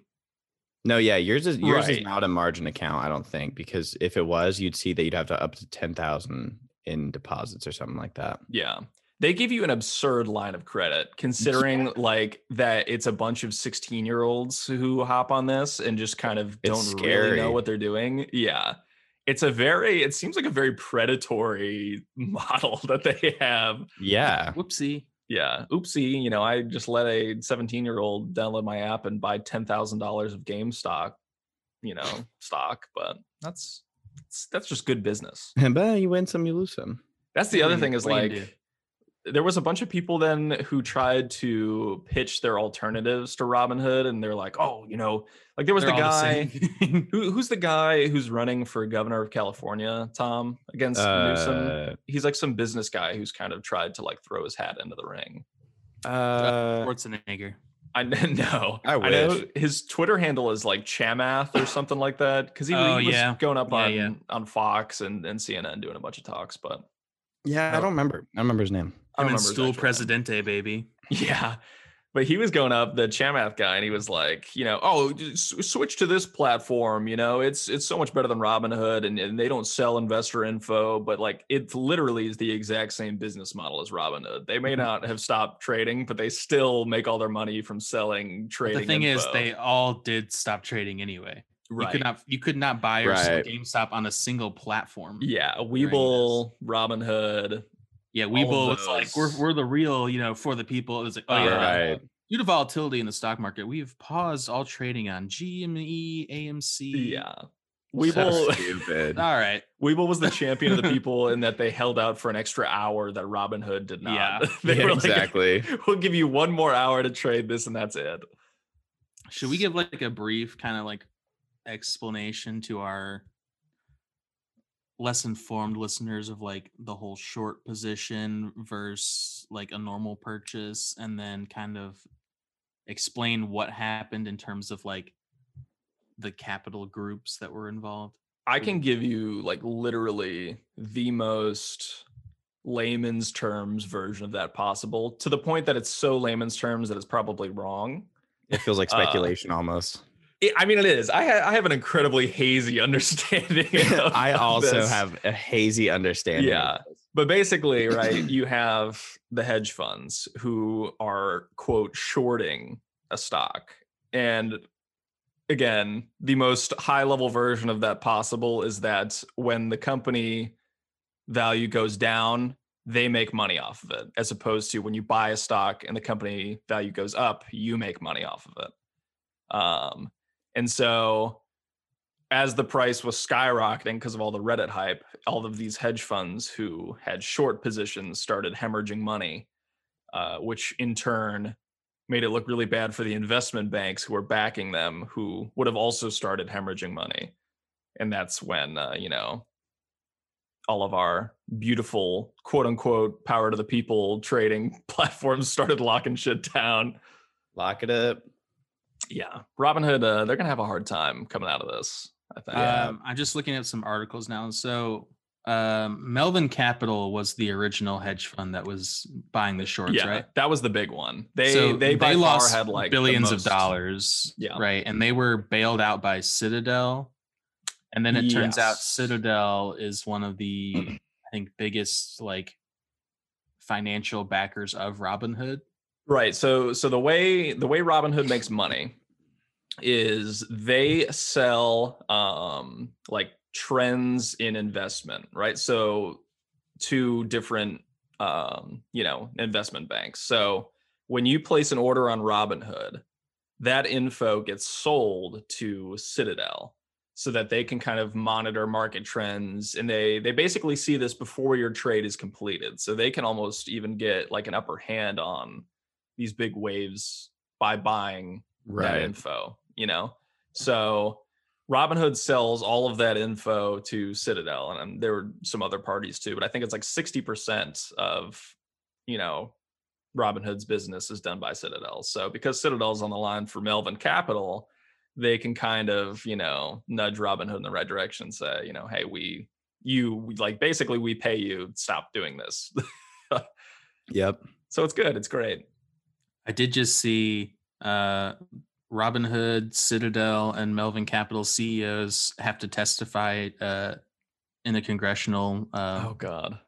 Speaker 3: no, yeah, yours is yours
Speaker 2: Right.
Speaker 3: is not a margin account. I don't think because if it was, you'd see that you'd have to up to ten thousand in deposits or something like that.
Speaker 2: Yeah. They give you an absurd line of credit considering like that it's a bunch of 16 year olds who hop on this and just kind of don't
Speaker 3: It's
Speaker 2: really
Speaker 3: scary.
Speaker 2: know what they're doing. Yeah. It's a very, it seems like a very predatory model that they have.
Speaker 3: Yeah,
Speaker 4: whoopsie.
Speaker 2: Yeah. Oopsie. You know, I just let a 17 year old download my app and buy $10,000 of game stock, you know, stock, but that's, that's- that's just good business.
Speaker 3: but you win some, you lose some.
Speaker 2: That's the
Speaker 4: What
Speaker 2: other
Speaker 4: do you-
Speaker 2: thing is
Speaker 4: what do you
Speaker 2: like there was a bunch of people then who tried to pitch their alternatives to Robinhood and they're like, "Oh, you know, like there was
Speaker 4: They're
Speaker 2: the
Speaker 4: all
Speaker 2: guy
Speaker 4: same.
Speaker 2: who, who's the guy who's running for governor of California, Tom, against Newsom.
Speaker 3: Uh,
Speaker 2: He's like some business guy who's kind of tried to like throw his hat into the ring.
Speaker 3: uh,
Speaker 4: Schwarzenegger.
Speaker 2: I kn- know.
Speaker 3: I wish.
Speaker 2: his Twitter handle is like Chamath or something like that cuz he,
Speaker 4: Oh,
Speaker 2: he was
Speaker 4: yeah.
Speaker 2: going up
Speaker 4: Yeah,
Speaker 2: on
Speaker 4: yeah.
Speaker 2: on Fox and and CNN doing a bunch of talks, but
Speaker 3: yeah, I don't remember. I don't remember his name.
Speaker 2: I
Speaker 4: And then
Speaker 2: don't remember his
Speaker 4: Stool
Speaker 2: actual name.
Speaker 4: Presidente, baby.
Speaker 2: Yeah. But he was going up the Chamath guy, and he was like, you know, oh, s- switch to this platform. You know, it's it's so much better than Robinhood, and, and they don't sell investor info, but like it literally is the exact same business model as Robinhood. They
Speaker 4: Mm-hmm.
Speaker 2: may not have stopped trading, but they still make all their money from selling
Speaker 4: But
Speaker 2: trading.
Speaker 4: the thing is,
Speaker 2: info.
Speaker 4: they all did stop trading anyway. You could
Speaker 2: right?
Speaker 4: not you could not buy or sell
Speaker 3: Right.
Speaker 4: GameStop on a single platform.
Speaker 2: yeah,
Speaker 4: this.
Speaker 2: Weeble, Robinhood.
Speaker 4: yeah.
Speaker 2: all of
Speaker 4: Weeble was like, we're
Speaker 2: those.
Speaker 4: we're the real, you know, for the people. It was like, oh yeah,
Speaker 3: Right.
Speaker 4: due to volatility in the stock market, we've paused all trading on E, GME, AMC.
Speaker 2: Yeah,
Speaker 3: So
Speaker 2: Weeble.
Speaker 3: stupid.
Speaker 4: All right.
Speaker 2: Weeble was the champion of the people in that they held out for an extra hour that Robinhood did not.
Speaker 4: Yeah.
Speaker 2: they
Speaker 3: Yeah,
Speaker 2: were like,
Speaker 3: exactly.
Speaker 2: we'll give you one more hour to trade this and that's it.
Speaker 4: Should we give like a brief kind of like explanation to our less informed listeners of like the whole short position versus like a normal purchase and then kind of explain what happened in terms of like the capital groups that were involved?
Speaker 2: I
Speaker 3: Mm-hmm.
Speaker 2: can give you like literally the most layman's terms version of that possible to the point that it's so layman's terms that it's probably wrong.
Speaker 3: It feels like
Speaker 2: Uh,
Speaker 3: speculation almost.
Speaker 2: It- I mean, it is. I, ha- I have an incredibly hazy understanding. of-
Speaker 3: I
Speaker 2: of
Speaker 3: also
Speaker 2: this.
Speaker 3: have a hazy understanding. of
Speaker 2: Yeah.
Speaker 3: this.
Speaker 2: But basically, right, you have the hedge funds who are, quote, shorting a stock. And again, the most high level version of that possible is that when the company value goes down, they make money off of it, as opposed to when you buy a stock and the company value goes up, you make money off of it. Um, and so, as the price was skyrocketing because of all the Reddit hype, all of these hedge funds who had short positions started hemorrhaging money, uh, which in turn made it look really bad for the investment banks who were backing them, who would have also started hemorrhaging money. And that's when, uh, you know, all of our beautiful quote unquote power to the people trading platforms started locking shit down.
Speaker 3: Lock it up.
Speaker 2: Yeah. Robinhood, uh, they're going to have a hard time coming out of this, I think.
Speaker 3: Yeah.
Speaker 4: Um, I'm just looking at some articles now. So um, Melvin Capital was the original hedge fund that was buying the shorts,
Speaker 2: yeah,
Speaker 4: right?
Speaker 2: that was the big one. They
Speaker 4: so
Speaker 2: they by far
Speaker 4: lost
Speaker 2: had like the
Speaker 4: billions of
Speaker 2: most-
Speaker 4: dollars,
Speaker 2: Yeah.
Speaker 4: right? And they were bailed out by Citadel, and then it turns out
Speaker 2: Yes.
Speaker 4: Citadel is one of the I think biggest like financial backers of Robinhood.
Speaker 2: Right. So so the way the way Robinhood makes money is they sell um like trends in investment, right? So to different um, you know, investment banks. So when you place an order on Robinhood, that info gets sold to Citadel so that they can kind of monitor market trends and they they basically see this before your trade is completed. So they can almost even get like an upper hand on these big waves by buying that info, you know? So Robinhood sells all of that info to Citadel, and um, there were some other parties too, but I think it's like 60% of, you know, Robinhood's business is done by Citadel. So because Citadel's on the line for Melvin Capital, they can kind of, you know, nudge Robinhood in the right direction and say, you know, hey, we, you, we- like basically we pay you, stop doing this.
Speaker 3: Yep.
Speaker 2: so it's good. It's great.
Speaker 4: I did just see uh, Robinhood, Citadel, and Melvin Capital CEOs have to testify uh, in a congressional uh,
Speaker 2: Oh, God.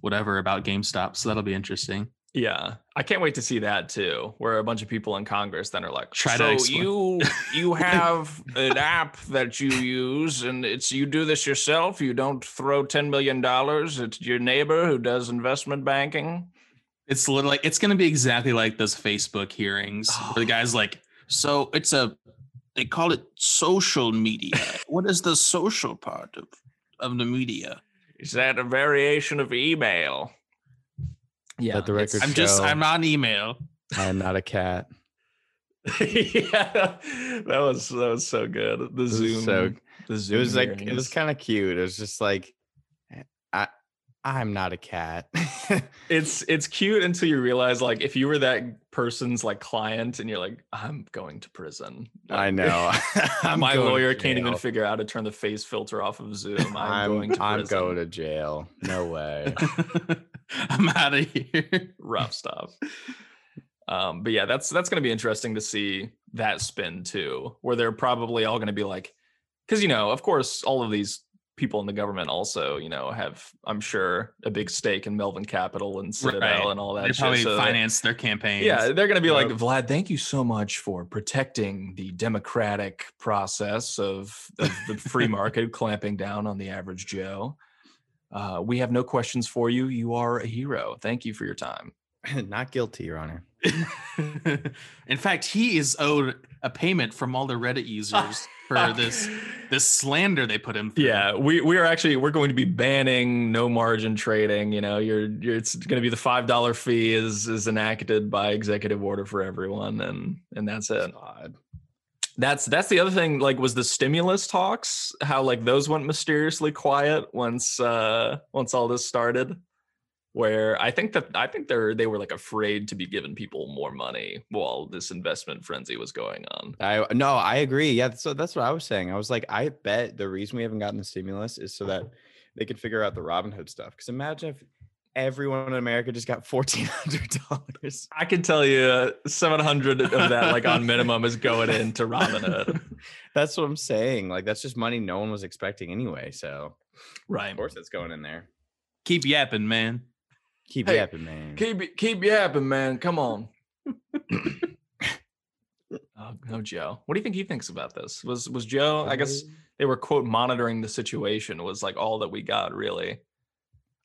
Speaker 4: whatever about GameStop. So that'll be interesting.
Speaker 2: Yeah, I can't wait to see that too, where a bunch of people in Congress then are like,
Speaker 4: Try to
Speaker 2: "So
Speaker 4: explain."
Speaker 2: you you have an app that you use, and it's you do this yourself. You don't throw ten million dollars at your neighbor who does investment banking."
Speaker 4: It's little like it's gonna be exactly like those Facebook hearings
Speaker 2: Oh.
Speaker 4: where the guy's like, so it's a they call it social media. what is the social part of of the media?
Speaker 2: Is that a variation of email? Yeah,
Speaker 3: Let the
Speaker 2: it's-
Speaker 3: record
Speaker 4: I'm just
Speaker 3: show
Speaker 4: I'm on email.
Speaker 3: I am not a cat.
Speaker 2: yeah, that was that was so good. The
Speaker 3: This is
Speaker 2: Zoom,
Speaker 3: so-
Speaker 2: the
Speaker 3: It
Speaker 2: Zoom.
Speaker 3: was like it was
Speaker 2: hearings.
Speaker 3: kind of cute. It was just like I I'm not a cat.
Speaker 2: it's it's cute until you realize like if you were that person's like client and you're like i'm going to prison
Speaker 3: I
Speaker 2: Like,
Speaker 3: know. I'm
Speaker 2: my
Speaker 3: going to
Speaker 2: lawyer can't even
Speaker 3: jail.
Speaker 2: figure out how to turn the face filter off of zoom i'm,
Speaker 3: I'm
Speaker 2: going to
Speaker 3: I'm
Speaker 2: prison.
Speaker 3: going to jail. No way.
Speaker 4: I'm out of here.
Speaker 2: rough stuff um but yeah that's that's going to be interesting to see that spin too where they're probably all going to be like because you know of course all of these people in the government also you know have i'm sure a big stake in melvin capital and citadel
Speaker 4: Right.
Speaker 2: and all that
Speaker 4: They
Speaker 2: shit,
Speaker 4: probably
Speaker 2: so they-
Speaker 4: finance their campaigns.
Speaker 2: Yeah, they're going to be like,
Speaker 3: Yep.
Speaker 2: Vlad, thank you so much for protecting the democratic process of, of the free market clamping down on the average Joe. Uh, we have no questions for you. You are a hero. Thank you for your time.
Speaker 3: not guilty, Your Honor.
Speaker 4: In fact, he is owed a payment from all the Reddit users for this this slander they put him through.
Speaker 2: Yeah, we we are actually we're going to be banning no margin trading. You know, you're, you're it's going to be the five dollar fee is is enacted by executive order for everyone, and and that's it.
Speaker 3: God.
Speaker 2: That's that's the other thing. Like, was the stimulus talks how like those went mysteriously quiet once uh once all this started? Where I think that I think they're they were like afraid to be giving people more money while this investment frenzy was going on.
Speaker 3: I no, I agree. Yeah, so that's what I was saying. I was like, I bet the reason we haven't gotten the stimulus is so that they could figure out the Robin Hood stuff. Because imagine if everyone in America just got fourteen hundred dollars.
Speaker 2: I can tell you, seven hundred of that like on minimum is going into Robinhood.
Speaker 3: That's what I'm saying. Like that's just money no one was expecting anyway. So
Speaker 2: Right.
Speaker 3: of course it's going in there.
Speaker 4: Keep yapping, man.
Speaker 3: Keep
Speaker 2: Hey,
Speaker 3: yapping, man.
Speaker 2: Keep keep yapping, man. Come on. oh no, Joe. What do you think he thinks about this? Was was Joe? I guess they were quote monitoring the situation was like all that we got really.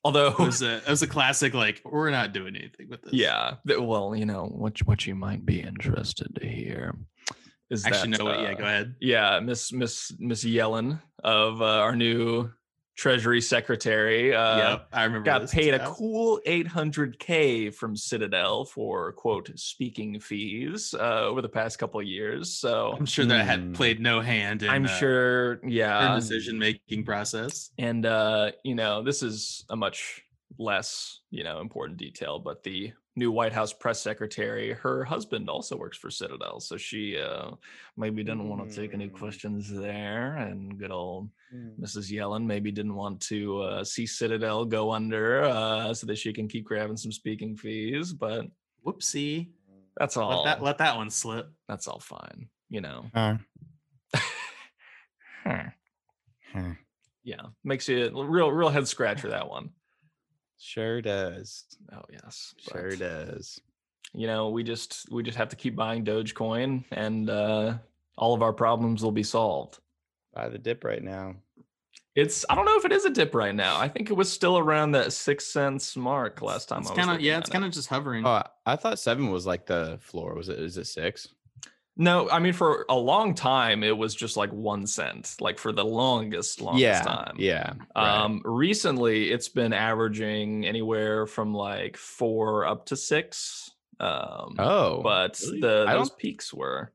Speaker 2: Although,
Speaker 4: It was a it was a classic. Like we're not doing anything with this.
Speaker 2: yeah, th- well, you know what you- what you might be interested to hear is
Speaker 4: Actually,
Speaker 2: that,
Speaker 4: no. what yeah,
Speaker 2: uh,
Speaker 4: go ahead.
Speaker 2: yeah, Miss Miss Miss Yellen of uh, our new Treasury Secretary. Uh,
Speaker 4: yep, I remember.
Speaker 2: got
Speaker 4: this.
Speaker 2: paid a
Speaker 4: Yeah.
Speaker 2: cool 800k from Citadel for quote speaking fees uh, over the past couple of years. So
Speaker 4: I'm sure that had
Speaker 2: Hmm.
Speaker 3: Mm.
Speaker 4: played no hand. In,
Speaker 2: I'm
Speaker 4: uh,
Speaker 2: sure,
Speaker 4: their
Speaker 2: yeah.
Speaker 4: decision making process.
Speaker 2: And uh, you know, this is a much less you know important detail, but the new White House press secretary, her husband also works for Citadel, so she uh, maybe didn't want to take any
Speaker 3: Mm.
Speaker 2: questions there. And good old Mrs. Yellen maybe didn't want to uh, see Citadel go under uh, so that she can keep grabbing some speaking fees, but
Speaker 4: Whoopsie.
Speaker 2: that's all.
Speaker 4: Let Uh. that let that one slip.
Speaker 2: that's all fine, you know.
Speaker 3: Huh.
Speaker 2: Huh.
Speaker 3: Huh.
Speaker 2: yeah, makes you a real, real head scratch for that one.
Speaker 3: Sure does.
Speaker 2: Oh yes, but,
Speaker 3: Sure does.
Speaker 2: You know, we just we just have to keep buying Dogecoin, and uh, all of our problems will be solved.
Speaker 3: Buy the dip right now.
Speaker 2: It's I don't know if it is a dip right now. I think it was still around that six cents mark last time.
Speaker 4: It's
Speaker 2: I was
Speaker 4: kind of
Speaker 2: looking
Speaker 4: yeah.
Speaker 2: at
Speaker 4: It's
Speaker 2: it.
Speaker 4: kind of just
Speaker 2: Mm.
Speaker 4: hovering.
Speaker 3: Oh, I thought seven was like the floor. Was it? Is it six?
Speaker 2: No, I mean for a long time it was just like one cent, like for the longest, longest
Speaker 3: yeah.
Speaker 2: time.
Speaker 3: Yeah. right.
Speaker 2: Um, recently it's been averaging anywhere from like four up to six. Um,
Speaker 3: oh,
Speaker 2: but
Speaker 3: really?
Speaker 2: the
Speaker 3: I
Speaker 2: those
Speaker 3: don't-
Speaker 2: peaks were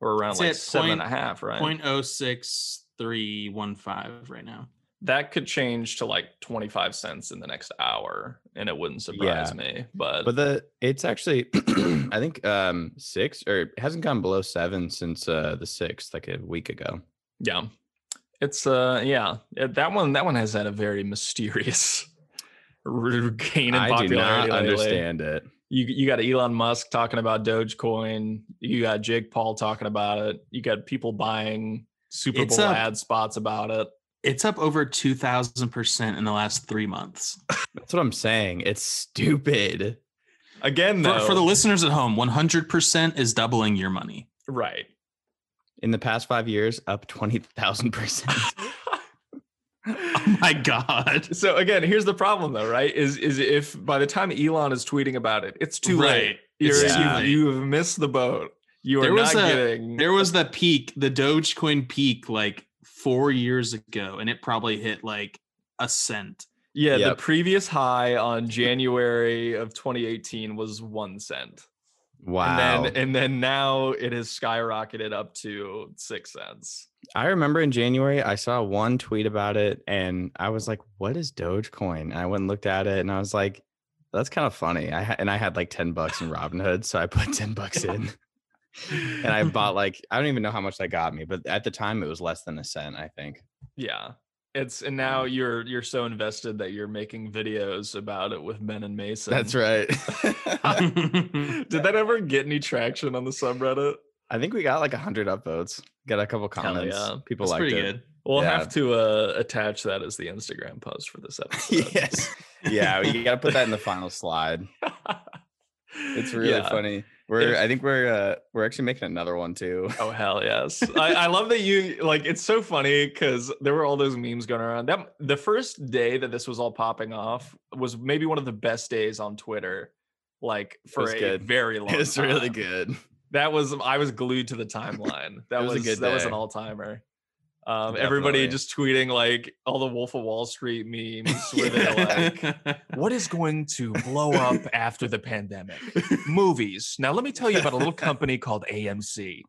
Speaker 2: were around
Speaker 4: It's
Speaker 2: like
Speaker 4: at
Speaker 2: seven and a
Speaker 4: point-
Speaker 2: half, right?
Speaker 4: Point oh six three one five right now.
Speaker 2: That could change to like twenty five cents in the next hour, and it wouldn't surprise
Speaker 3: Yeah.
Speaker 2: me. But,
Speaker 3: but the it's actually I think um six or it hasn't gone below seven since uh the sixth, like a week ago.
Speaker 2: yeah, it's uh yeah it- that one that one has had a very mysterious. Gain in
Speaker 3: I do not
Speaker 2: popularity lately.
Speaker 3: understand it.
Speaker 2: you you got Elon Musk talking about Dogecoin. You got Jake Paul talking about it. You got people buying Super
Speaker 4: It's
Speaker 2: Bowl
Speaker 4: up.
Speaker 2: ad spots about it.
Speaker 4: It's up over two thousand percent in the last three months.
Speaker 3: That's what I'm saying. It's stupid.
Speaker 2: Again,
Speaker 4: For, for the listeners at home, one hundred percent is doubling your money.
Speaker 2: right?
Speaker 3: In the past five years, up twenty thousand percent.
Speaker 4: Oh my god.
Speaker 2: so again, here's the problem, though, right? Is is if by the time Elon is tweeting about it, it's too late.
Speaker 4: Right. It's
Speaker 2: You're-
Speaker 3: too
Speaker 2: you-
Speaker 4: late.
Speaker 2: you have missed the boat. You are
Speaker 4: There was
Speaker 2: not
Speaker 4: a-
Speaker 2: getting.
Speaker 4: There was the peak, the Dogecoin peak, like four years ago, and it probably hit like a cent.
Speaker 2: yeah, the
Speaker 3: Yep.
Speaker 2: previous high on January of 2018 was one cent.
Speaker 3: Wow.
Speaker 2: And then and then now it has skyrocketed up to six cents.
Speaker 3: I remember in January I saw one tweet about it and I was like, what is Dogecoin? And I went and looked at it and I was like, that's kind of funny. I ha- and I had like 10 bucks in Robinhood, so I put 10 bucks in. and I bought like I don't even know how much that got me, but at the time it was less than a cent, I think.
Speaker 2: Yeah. It's and now
Speaker 3: Mm.
Speaker 2: you're you're so invested that you're making videos about it with Ben and Mason.
Speaker 3: right.
Speaker 4: I
Speaker 2: Did that ever get any traction on the subreddit?
Speaker 3: I think we got like 100 upvotes. Got a couple comments.
Speaker 2: yeah.
Speaker 3: People
Speaker 4: That's
Speaker 3: liked
Speaker 4: pretty
Speaker 3: it.
Speaker 4: good.
Speaker 2: We'll
Speaker 3: Yeah.
Speaker 2: have to uh, attach that as the Instagram post for this episode.
Speaker 3: yes. Yeah, you got to put that in the final slide. It's really
Speaker 2: Yeah.
Speaker 3: funny. We're
Speaker 2: It's-
Speaker 3: I think we're uh we're actually making another one too.
Speaker 2: Oh hell yes! I, I love that you like. It's so funny because there were all those memes going around. That the first day that this was all popping off was maybe one of the best days on Twitter, like for
Speaker 3: was
Speaker 2: a
Speaker 3: good.
Speaker 2: very long.
Speaker 3: It's really
Speaker 2: time.
Speaker 3: good.
Speaker 2: That was I was glued to the timeline. That
Speaker 3: It was
Speaker 2: was,
Speaker 3: a good
Speaker 2: that was an
Speaker 3: day.
Speaker 2: all timer. Um, everybody
Speaker 3: Definitely.
Speaker 2: just tweeting like all the Wolf of Wall Street memes where they're like, what is going to blow up after the pandemic? Movies. Now, let me tell you about a little company called AMC.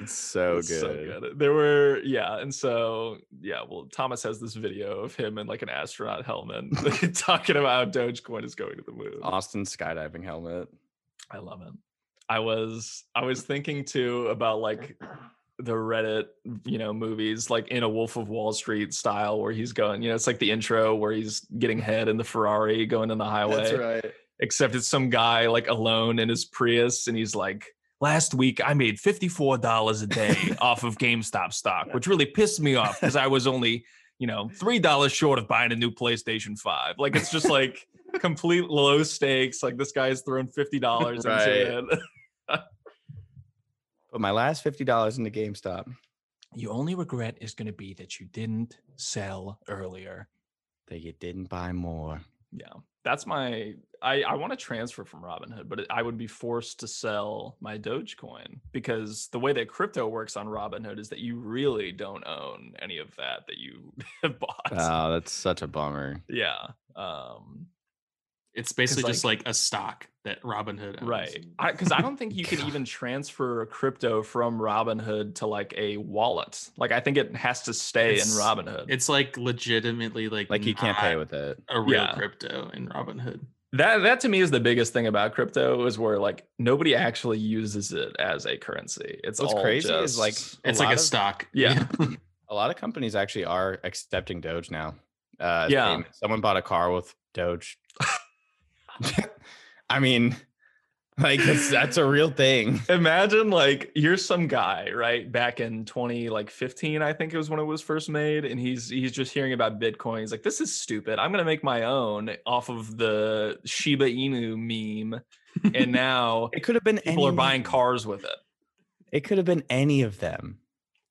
Speaker 3: It's so
Speaker 2: It's
Speaker 3: Oh, good.
Speaker 2: good. There were, yeah. And so, yeah, well, Thomas has this video of him in like an astronaut helmet talking about how Dogecoin is going to the moon.
Speaker 3: Austin skydiving helmet.
Speaker 2: I love it. I was I was thinking too about like the Reddit, you know, movies like in a Wolf of Wall Street style where he's going, you know, it's like the intro where he's getting head in the Ferrari going in the highway.
Speaker 3: right.
Speaker 2: Except it's some guy like alone in his Prius and he's like Last week, I made $54 a day off of GameStop stock, which really pissed me off because I was only, you know, $3 short of buying a new PlayStation 5. Like, it's just like complete low stakes. Like, this guy's thrown $50
Speaker 3: Right.
Speaker 2: into it.
Speaker 3: Put my last fifty dollars into GameStop.
Speaker 2: Your only regret is going to be that you didn't sell earlier.
Speaker 3: That you didn't buy more.
Speaker 2: Yeah, that's my. I I want to transfer from Robinhood, but I would be forced to sell my Dogecoin because the way that crypto works on Robinhood is that you really don't own any of that that you have bought.
Speaker 3: Oh, that's such a bummer.
Speaker 2: yeah. Um.
Speaker 4: It's basically just like a stock that Robinhood owns.
Speaker 2: Right. Because I, don't think you can even transfer crypto from Robinhood to like a wallet. Like I think it has to stay in
Speaker 4: It's-
Speaker 2: Robinhood.
Speaker 4: It's like legitimately like
Speaker 3: Like you can't pay
Speaker 4: not
Speaker 3: with it.
Speaker 4: a real
Speaker 2: Yeah.
Speaker 4: crypto in Robinhood.
Speaker 2: that that to me is the biggest thing about crypto is where like nobody actually uses it as a currency. It's
Speaker 3: What's
Speaker 2: all
Speaker 3: crazy is, like,
Speaker 2: just-
Speaker 4: It's like
Speaker 3: lot
Speaker 4: a
Speaker 3: of-
Speaker 4: stock.
Speaker 2: Yeah.
Speaker 3: A lot of companies actually are accepting Doge now. Uh, as
Speaker 2: Yeah.
Speaker 3: payment. Someone bought a car with Doge. I mean, like that's, that's a real thing.
Speaker 2: imagine like you're some guy right back in 20 like 15 i think it was when it was first made and he's he's just hearing about bitcoin he's like this is stupid i'm gonna make my own off of the shiba inu meme and now
Speaker 3: It could have been
Speaker 2: people are
Speaker 3: any-
Speaker 2: buying cars with it
Speaker 3: It could have been any of them.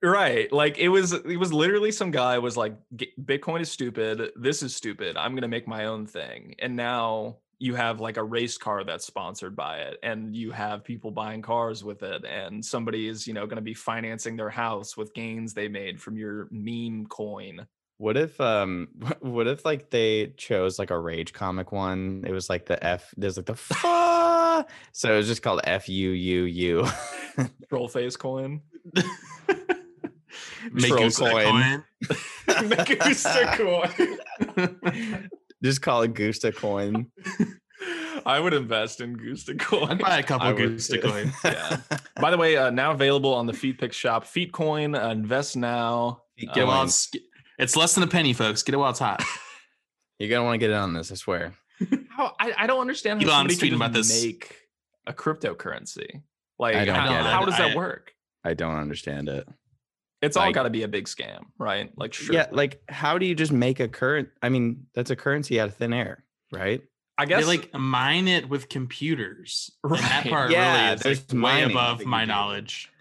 Speaker 2: right like it was it was literally some guy was like "G- bitcoin is stupid this is stupid i'm gonna make my own thing and now you have like a race car that's sponsored by it and you have people buying cars with it and somebody is you know gonna be financing their house with gains they made from your meme coin
Speaker 3: What if um what if like they chose like a rage comic one? It was like the F there's like the fa so it was just called F U U U.
Speaker 2: troll face coin
Speaker 4: Make
Speaker 3: Troll
Speaker 4: use of that
Speaker 3: coin.
Speaker 2: Megusta coin
Speaker 4: coin.
Speaker 3: Just call it Gusta coin.
Speaker 2: i would invest in Gusta coin
Speaker 4: I'd buy a couple
Speaker 3: I
Speaker 4: of
Speaker 3: would
Speaker 4: Gusta
Speaker 3: too.
Speaker 4: coin.
Speaker 2: yeah by the way uh, now available on the feet pick shop feet coin uh, invest now
Speaker 3: Feet
Speaker 4: Get it while
Speaker 3: coin.
Speaker 4: it's it's less than a penny, folks. Get it while it's hot.
Speaker 3: You're gonna want to get in on this, I swear.
Speaker 2: How I, I don't understand how
Speaker 4: Elon's
Speaker 2: somebody can
Speaker 4: tweeting about
Speaker 2: just
Speaker 4: this.
Speaker 2: make a cryptocurrency. Like
Speaker 3: don't
Speaker 2: how,
Speaker 3: get it.
Speaker 2: how does that
Speaker 4: I-
Speaker 2: work?
Speaker 3: I don't understand it.
Speaker 2: It's all
Speaker 3: like-
Speaker 2: got to be a big scam, right? Like sure.
Speaker 3: Yeah, like how do you just make a current I mean, that's a currency out of thin air, right?
Speaker 2: I
Speaker 4: They
Speaker 2: guess like
Speaker 4: like mine it with computers. And that
Speaker 2: Right.
Speaker 4: part
Speaker 3: Yeah,
Speaker 4: really is
Speaker 3: there's
Speaker 4: like, way
Speaker 3: mining
Speaker 4: above
Speaker 3: that you
Speaker 4: my
Speaker 3: do.
Speaker 4: knowledge.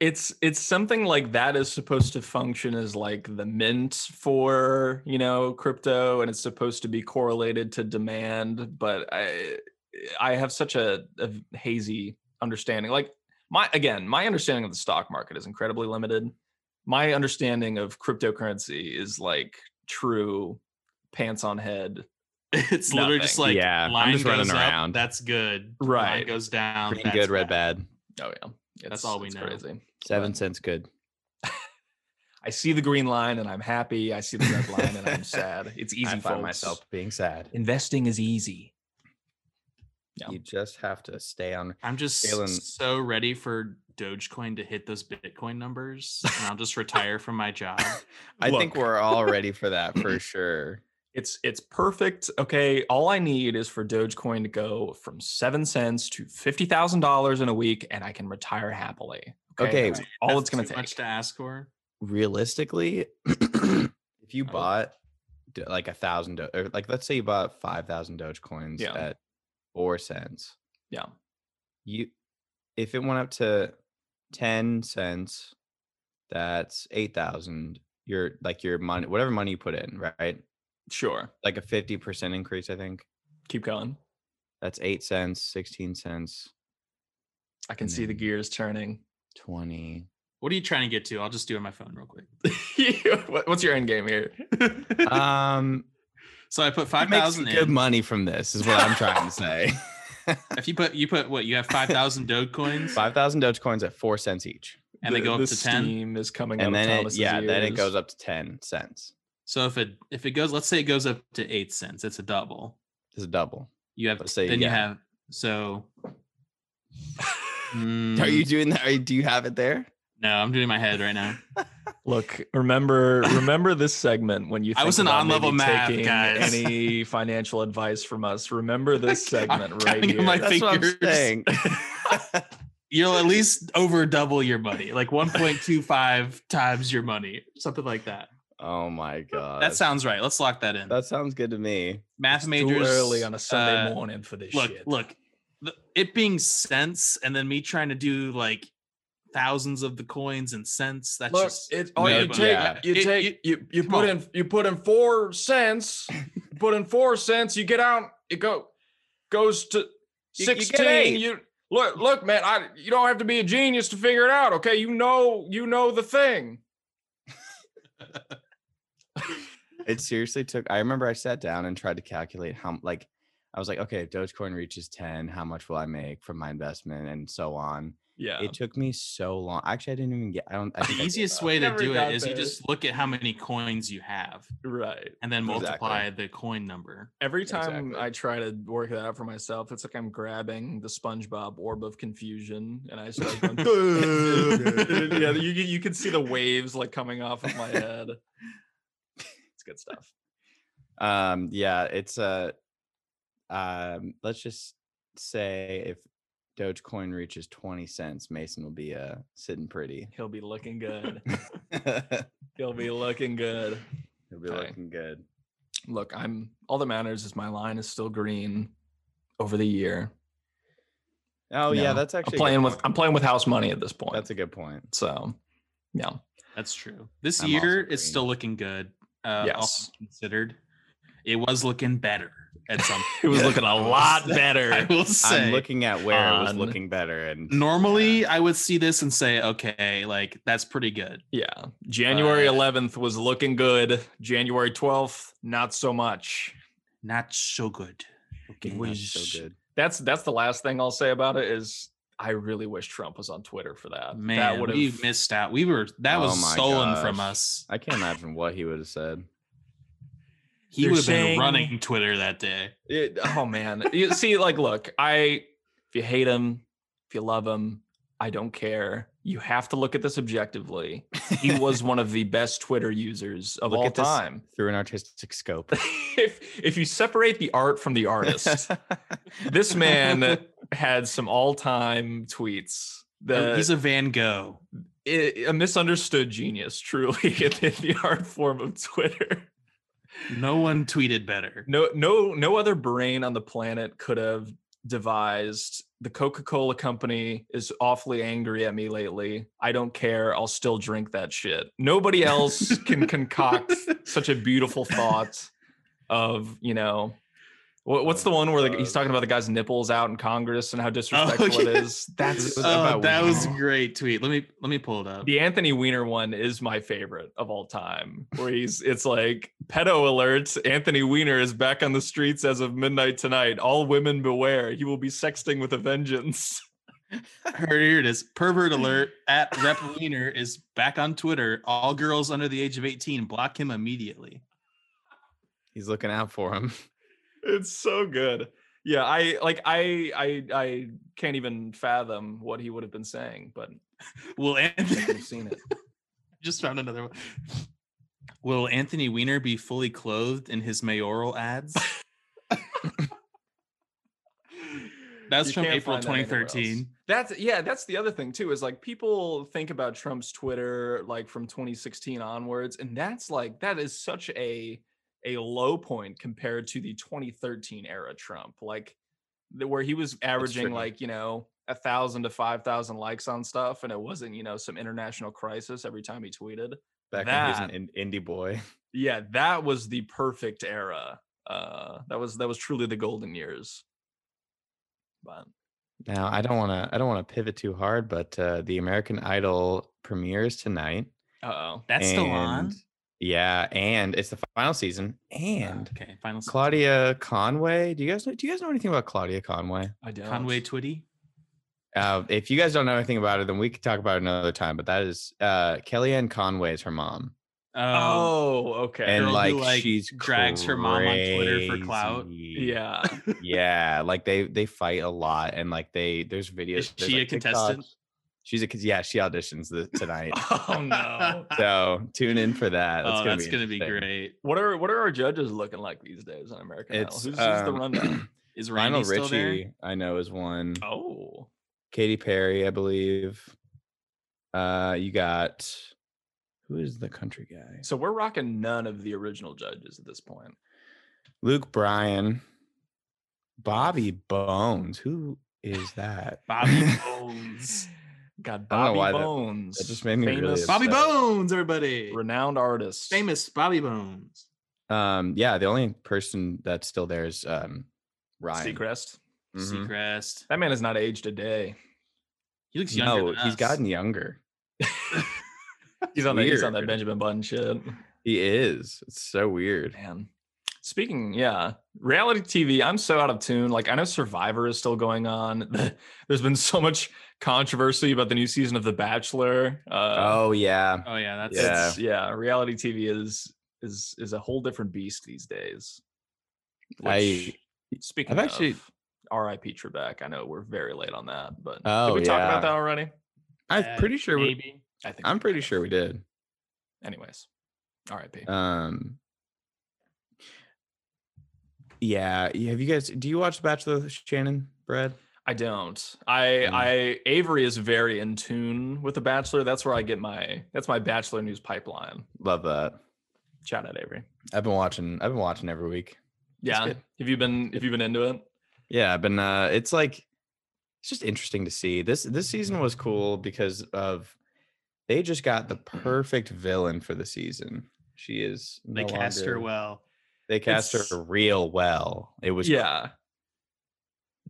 Speaker 2: it's it's something like that is supposed to function as like the mint for, you know, crypto and it's supposed to be correlated to demand, but I I have such a, a hazy understanding. Like my again, my understanding of the stock market is incredibly limited. My understanding of cryptocurrency is like true pants on head.
Speaker 4: It's literally just like
Speaker 3: Nothing. Yeah, I'm
Speaker 4: line
Speaker 3: just
Speaker 4: goes
Speaker 3: running
Speaker 4: up,
Speaker 3: around.
Speaker 4: That's good.
Speaker 2: Right.
Speaker 4: Line goes down.
Speaker 3: Green
Speaker 4: that's
Speaker 3: good, red bad.
Speaker 2: Oh yeah, It's-
Speaker 4: all we
Speaker 2: it's
Speaker 4: know.
Speaker 2: Crazy.
Speaker 3: Seven cents good.
Speaker 2: I see the green line and I'm happy. I see the red line and I'm sad. It's easy.
Speaker 3: I find
Speaker 2: folks.
Speaker 3: myself being sad.
Speaker 2: Investing is easy. Yeah.
Speaker 3: You just have to stay on
Speaker 4: I'm just
Speaker 3: Jalen-
Speaker 4: so ready for Dogecoin to hit those Bitcoin numbers, and I'll just retire from my job.
Speaker 3: I think
Speaker 2: Look.
Speaker 3: we're all ready for that for sure.
Speaker 2: It's it's perfect. Okay, all I need is for Dogecoin to go from seven cents to fifty thousand dollars in a week, and I can retire happily.
Speaker 3: Okay.
Speaker 2: That's all
Speaker 4: That's
Speaker 2: it's gonna
Speaker 4: too
Speaker 2: take.
Speaker 4: Much to ask for.
Speaker 3: Realistically, if you
Speaker 2: Uh-huh.
Speaker 4: I would-
Speaker 3: bought d- like a thousand, Do- or like let's say you bought five thousand Dogecoins
Speaker 2: Yeah.
Speaker 3: at four cents,
Speaker 2: Yeah.
Speaker 3: you if it went up to ten cents, that's eight thousand. Your like your money, whatever money you put in, right?
Speaker 2: sure,
Speaker 3: Like a fifty percent increase, I think.
Speaker 2: keep going.
Speaker 3: That's eight cents, sixteen cents,
Speaker 2: I can see the
Speaker 3: Mm.
Speaker 2: gears turning.
Speaker 3: twenty.
Speaker 4: What are you trying to get to? I'll just do it on my phone real quick.
Speaker 2: What- What's your end game here?
Speaker 3: Um,
Speaker 4: So I put
Speaker 3: I
Speaker 4: five
Speaker 3: make some
Speaker 4: thousand
Speaker 3: good
Speaker 4: in.
Speaker 3: money from this, is what I'm trying to say.
Speaker 4: If you put you put what you have five thousand Dogecoins,
Speaker 3: Five thousand Dogecoins at four cents each,
Speaker 4: and they
Speaker 2: The-
Speaker 4: go up
Speaker 2: the
Speaker 4: to ten.
Speaker 2: Steam is coming
Speaker 3: and
Speaker 2: out of
Speaker 3: then it,
Speaker 2: Thomas's
Speaker 3: yeah, then it
Speaker 2: ears.
Speaker 3: goes up to ten cents.
Speaker 4: So if it if it goes, let's say it goes up to eight cents, it's a double.
Speaker 3: It's a double.
Speaker 4: You have
Speaker 3: Let's say,
Speaker 4: then
Speaker 3: yeah.
Speaker 4: you have so.
Speaker 3: Are you
Speaker 4: Mm,
Speaker 3: doing that? Are you, do you have it there?
Speaker 4: No, I'm doing my head right now.
Speaker 2: Look, remember, remember this segment when you.
Speaker 4: I
Speaker 2: think
Speaker 4: was an
Speaker 2: about
Speaker 4: on-level
Speaker 2: maybe
Speaker 4: math,
Speaker 2: taking
Speaker 4: guys.
Speaker 2: Any financial advice from us? Remember this
Speaker 4: I'm
Speaker 2: segment right
Speaker 4: counting
Speaker 2: here.
Speaker 4: on my
Speaker 3: That's what I'm
Speaker 4: fingers.
Speaker 3: saying.
Speaker 4: You'll at least over double your money, like 1.25 times your money, something like that.
Speaker 3: oh my god,
Speaker 4: That sounds right. Let's lock that in.
Speaker 3: that sounds good to me.
Speaker 4: Math
Speaker 2: It's
Speaker 4: majors
Speaker 2: Uh, too early on a Sunday
Speaker 4: uh,
Speaker 2: morning for this
Speaker 4: Look,
Speaker 2: shit.
Speaker 4: look, th- it being cents and then me trying to do like thousands of the coins and cents. That's
Speaker 2: Look,
Speaker 4: just
Speaker 2: it's oh, you
Speaker 3: Never.
Speaker 2: take
Speaker 3: Yeah.
Speaker 2: you
Speaker 4: It-
Speaker 2: take
Speaker 4: it-
Speaker 2: you you
Speaker 4: come
Speaker 2: put
Speaker 4: on.
Speaker 2: in you put in four cents, you put in four cents, you get out, it go goes to
Speaker 3: You- you get
Speaker 2: sixteen.
Speaker 3: eight.
Speaker 2: You, look, look, man, I you don't have to be a genius to figure it out. Okay, you know you know the thing.
Speaker 3: It seriously took. I remember I sat down and tried to calculate how, like, I was like, okay, if Dogecoin reaches 10, how much will I make from my investment and so on.
Speaker 2: Yeah,
Speaker 3: It took me so long. Actually, I didn't even get, I don't, I think
Speaker 4: the
Speaker 3: I
Speaker 4: easiest
Speaker 3: gave up.
Speaker 4: way to
Speaker 2: Never
Speaker 4: do
Speaker 2: got
Speaker 4: it is you
Speaker 2: there.
Speaker 4: just look at how many coins you have
Speaker 2: right.
Speaker 4: and then
Speaker 3: Exactly.
Speaker 4: multiply the coin number.
Speaker 2: Every time
Speaker 3: Exactly.
Speaker 2: I try to work that out for myself, it's like I'm grabbing the SpongeBob orb of confusion, and I start. Going, yeah, you you can see the waves like coming off of my head. It's good stuff.
Speaker 3: Um, yeah, it's a, um, let's just say if Dogecoin reaches 20 cents, Mason will be uh, sitting pretty.
Speaker 2: He'll be looking good.
Speaker 3: He'll
Speaker 2: He'll be looking good.
Speaker 3: be
Speaker 2: Okay.
Speaker 3: looking good.
Speaker 2: Look, I'm all that matters is my line is still green over the year.
Speaker 3: Oh, yeah,
Speaker 2: No,
Speaker 3: that's
Speaker 2: I'm
Speaker 3: actually a good
Speaker 2: playing with
Speaker 3: point.
Speaker 2: I'm playing with house money at this point.
Speaker 3: That's a good point.
Speaker 2: so yeah.
Speaker 4: That's true. This
Speaker 3: I'm also
Speaker 4: year
Speaker 3: green.
Speaker 4: it's still looking good. Uh,
Speaker 2: Yes.
Speaker 4: yes. considered, it was looking better at some.
Speaker 2: It was
Speaker 4: point.
Speaker 2: looking a lot
Speaker 4: I
Speaker 2: better.
Speaker 4: will say.
Speaker 3: I'm looking at where it was
Speaker 2: on
Speaker 3: looking better and
Speaker 4: Normally,
Speaker 3: yeah.
Speaker 4: I would see this and say, okay, like that's pretty good.
Speaker 2: Yeah. January
Speaker 4: But-
Speaker 2: 11th was looking good. January 12th, not so much.
Speaker 4: Not so good.
Speaker 3: It
Speaker 4: Looking
Speaker 3: was
Speaker 4: not
Speaker 3: Mm, so good.
Speaker 2: That's that's the last thing I'll say about it is I really wish Trump was on Twitter for that. that
Speaker 4: Man,
Speaker 2: would
Speaker 4: we
Speaker 2: have
Speaker 4: missed out. We were that
Speaker 3: Uh, Oh
Speaker 4: was
Speaker 3: my
Speaker 4: stolen from
Speaker 3: gosh.
Speaker 4: us.
Speaker 3: I can't imagine what he would have said.
Speaker 4: He
Speaker 2: They're
Speaker 4: would have
Speaker 2: saying-
Speaker 4: been running Twitter that day.
Speaker 2: It- oh man, you see, like, look, I if you hate him, if you love him, I don't care. You have to look at this objectively. He was one of the best Twitter users of
Speaker 3: Look
Speaker 2: all
Speaker 3: at this.
Speaker 2: time.
Speaker 3: Through an artistic scope.
Speaker 2: if if you separate the art from the artist, this man had some all-time tweets. The,
Speaker 4: He's a Van Gogh.
Speaker 2: a, a misunderstood genius, truly, in the art form of Twitter.
Speaker 4: No one tweeted better.
Speaker 2: no no no other brain on the planet could have devised the coca-cola company is awfully angry at me lately i don't care i'll still drink that shit nobody else can concoct such a beautiful thought of you know wha- what's the one where the, he's talking about the guy's nipples out in congress and how disrespectful it
Speaker 4: yeah.
Speaker 2: is that's
Speaker 3: Was that
Speaker 4: Oh,
Speaker 3: about
Speaker 4: that was a
Speaker 3: Wiener?
Speaker 4: great tweet. Let me let me pull it up.
Speaker 2: the Anthony Weiner one is my favorite of all time, where he's it's like pedo alerts. Anthony Weiner is back on the streets as of midnight tonight. All women beware. He will be sexting with a vengeance.
Speaker 4: Here, here it is. Pervert alert at Rep Wiener is back on Twitter. All girls under the age of 18 block him immediately.
Speaker 3: He's looking out for him.
Speaker 2: It's so good. Yeah, I like I I I can't even fathom what he would have been saying, but
Speaker 4: Will
Speaker 2: I could
Speaker 4: Anthony
Speaker 2: have seen it.
Speaker 4: just found another one? Will Anthony Weiner be fully clothed in his mayoral ads? That's
Speaker 2: You
Speaker 4: from
Speaker 2: can't
Speaker 4: April
Speaker 2: find that anywhere else.
Speaker 4: 2013.
Speaker 2: That's yeah, that's the other thing too is like people think about Trump's Twitter like from 2016 onwards and that's like that is such a a low point compared to the 2013 era Trump. Like the, where he was averaging
Speaker 3: true.
Speaker 2: like, you know, a thousand to five thousand likes on stuff, and it wasn't, you know, some international crisis every time he tweeted.
Speaker 3: Back when he was
Speaker 2: That-
Speaker 3: an in- indie boy.
Speaker 2: Yeah, that was the perfect era. Uh, that was that was truly the golden years. But
Speaker 3: Now I don't wanna I don't wanna pivot too hard, but uh the American Idol premieres tonight.
Speaker 2: uh oh,
Speaker 4: That's still on. Oh,
Speaker 3: and- Yeah, and it's the final season. And um,
Speaker 4: okay, final season.
Speaker 3: Claudia Conway. Do you guys know do you guys know anything about Claudia Conway?
Speaker 2: I don't.
Speaker 4: Conway Twitty.
Speaker 3: Uh, if you guys don't know anything about her, then we could talk about it another time. But that is uh, Kellyanne Conway is her mom,
Speaker 4: Oh,
Speaker 2: Oh, okay.
Speaker 3: Um, and
Speaker 4: girl who,
Speaker 3: like,
Speaker 4: like,
Speaker 3: she's
Speaker 4: drags her mom on Twitter for clout.
Speaker 3: crazy.
Speaker 2: yeah.
Speaker 3: yeah. Like they they fight a lot, and like they there's videos.
Speaker 4: Is
Speaker 3: there's,
Speaker 4: she
Speaker 3: like,
Speaker 4: a contestant?
Speaker 3: TikToks. She's a con- yeah. She auditions the, tonight,
Speaker 2: Oh no.
Speaker 3: so tune in for that.
Speaker 4: oh, that's gonna be
Speaker 3: interesting.
Speaker 4: great.
Speaker 2: What are what are our judges looking like these days on American Idol?
Speaker 3: It's,
Speaker 2: Who's, who's the
Speaker 3: um,
Speaker 2: rundown?
Speaker 4: Is Randy
Speaker 3: Lionel
Speaker 4: still there?
Speaker 3: Richie, I know, is one.
Speaker 2: Oh,
Speaker 3: Katy Perry, I believe. Uh, you got who is the country guy?
Speaker 2: so we're rocking none of the original judges at this point.
Speaker 3: Luke Bryan, Bobby Bones. Who is that?
Speaker 4: Bobby Bones.
Speaker 2: Got
Speaker 3: I don't know
Speaker 2: Bobby
Speaker 3: why that-
Speaker 2: Bones.
Speaker 3: that just made me really
Speaker 2: famous,
Speaker 3: upset.
Speaker 4: Bobby Bones, everybody.
Speaker 2: renowned artist.
Speaker 4: Famous Bobby Bones.
Speaker 3: Um, yeah, the only person that's still there is um Ryan.
Speaker 2: Seacrest.
Speaker 3: Mhm.
Speaker 4: Seacrest.
Speaker 2: That man has not aged a day.
Speaker 4: He looks younger.
Speaker 3: No,
Speaker 4: than
Speaker 3: he's
Speaker 4: us.
Speaker 3: gotten younger.
Speaker 2: He's on that. He's on that
Speaker 3: Weird.
Speaker 2: Benjamin Button shit.
Speaker 3: He is. It's so weird.
Speaker 2: Man. Speaking, yeah, reality TV. I'm so out of tune. Like I know Survivor is still going on. There's been so much controversy about the new season of The Bachelor. Uh,
Speaker 3: Oh yeah.
Speaker 4: Oh yeah, that's
Speaker 3: Yeah.
Speaker 2: it's- yeah. Reality TV is is is a whole different beast these days.
Speaker 3: I-
Speaker 2: speaking
Speaker 3: I've
Speaker 2: of
Speaker 3: actually-
Speaker 2: R.I.P. Trebek. I know we're very late on that, but
Speaker 3: Oh,
Speaker 2: did we talk
Speaker 3: yeah.
Speaker 2: about that already?
Speaker 3: I'm pretty sure we
Speaker 4: Maybe.
Speaker 2: I think
Speaker 3: I'm
Speaker 2: we
Speaker 3: pretty
Speaker 2: have.
Speaker 3: sure we did.
Speaker 2: Anyways, R.I.P.
Speaker 3: Um Yeah, y- have you guys do you watch The Bachelor Shannon, Brad?
Speaker 2: I don't. I
Speaker 3: Mm.
Speaker 2: I Avery is very in tune with the Bachelor. That's where I get my that's my Bachelor news pipeline.
Speaker 3: Love that.
Speaker 2: Shout out Avery.
Speaker 3: I've been watching I've been watching every week.
Speaker 2: Yeah.
Speaker 3: good.
Speaker 2: Have you been have you been into it?
Speaker 3: Yeah, I've been uh it's like it's just interesting to see. This this season was cool because of they just got the perfect villain for the season. She is
Speaker 4: They
Speaker 3: no
Speaker 4: cast her
Speaker 3: longer-
Speaker 4: well.
Speaker 3: They cast her
Speaker 2: It's-
Speaker 3: real well. It was Uh,
Speaker 2: yeah.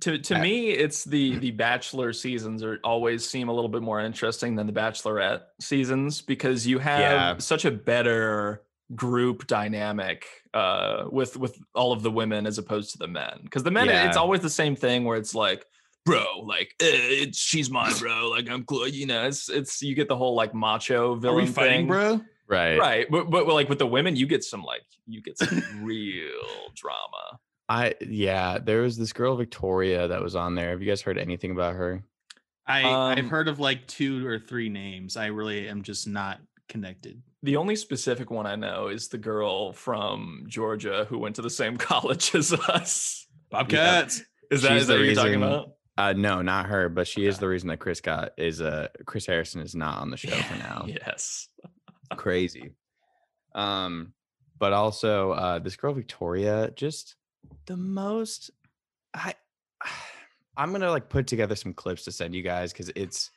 Speaker 2: To to
Speaker 3: I-
Speaker 2: me, it's
Speaker 3: mm-hmm.
Speaker 2: the the Bachelor seasons are always seem a little bit more interesting than the Bachelorette seasons because you have
Speaker 3: Yeah.
Speaker 2: such a better group dynamic uh with with all of the women as opposed to the men because the men it- it's
Speaker 3: Yeah.
Speaker 2: always the same thing where it's like bro like eh, it's she's mine bro like i'm cool you know it's it's you get the whole like macho villain thing.
Speaker 4: bro?
Speaker 3: right.
Speaker 2: right but, but like with the women you get some like you get some real drama
Speaker 3: I yeah, there was this girl Victoria that was on there. Have you guys heard anything about her?
Speaker 4: I I've
Speaker 2: Um,
Speaker 4: heard of like two or three names. I really am just not connected.
Speaker 2: The only specific one I know is the girl from Georgia who went to the same college as us.
Speaker 4: Bobcats.
Speaker 2: Is that,
Speaker 3: She's
Speaker 2: is that
Speaker 3: the
Speaker 2: what you're talking
Speaker 3: reason-
Speaker 2: about?
Speaker 3: Uh no, not her, but she is
Speaker 2: Okay.
Speaker 3: the reason that Chris got is uh Chris Harrison is not on the show for now.
Speaker 2: Yes.
Speaker 3: Crazy. Um but also uh this girl Victoria just the most I I'm going to like put together some clips to send you guys cuz it's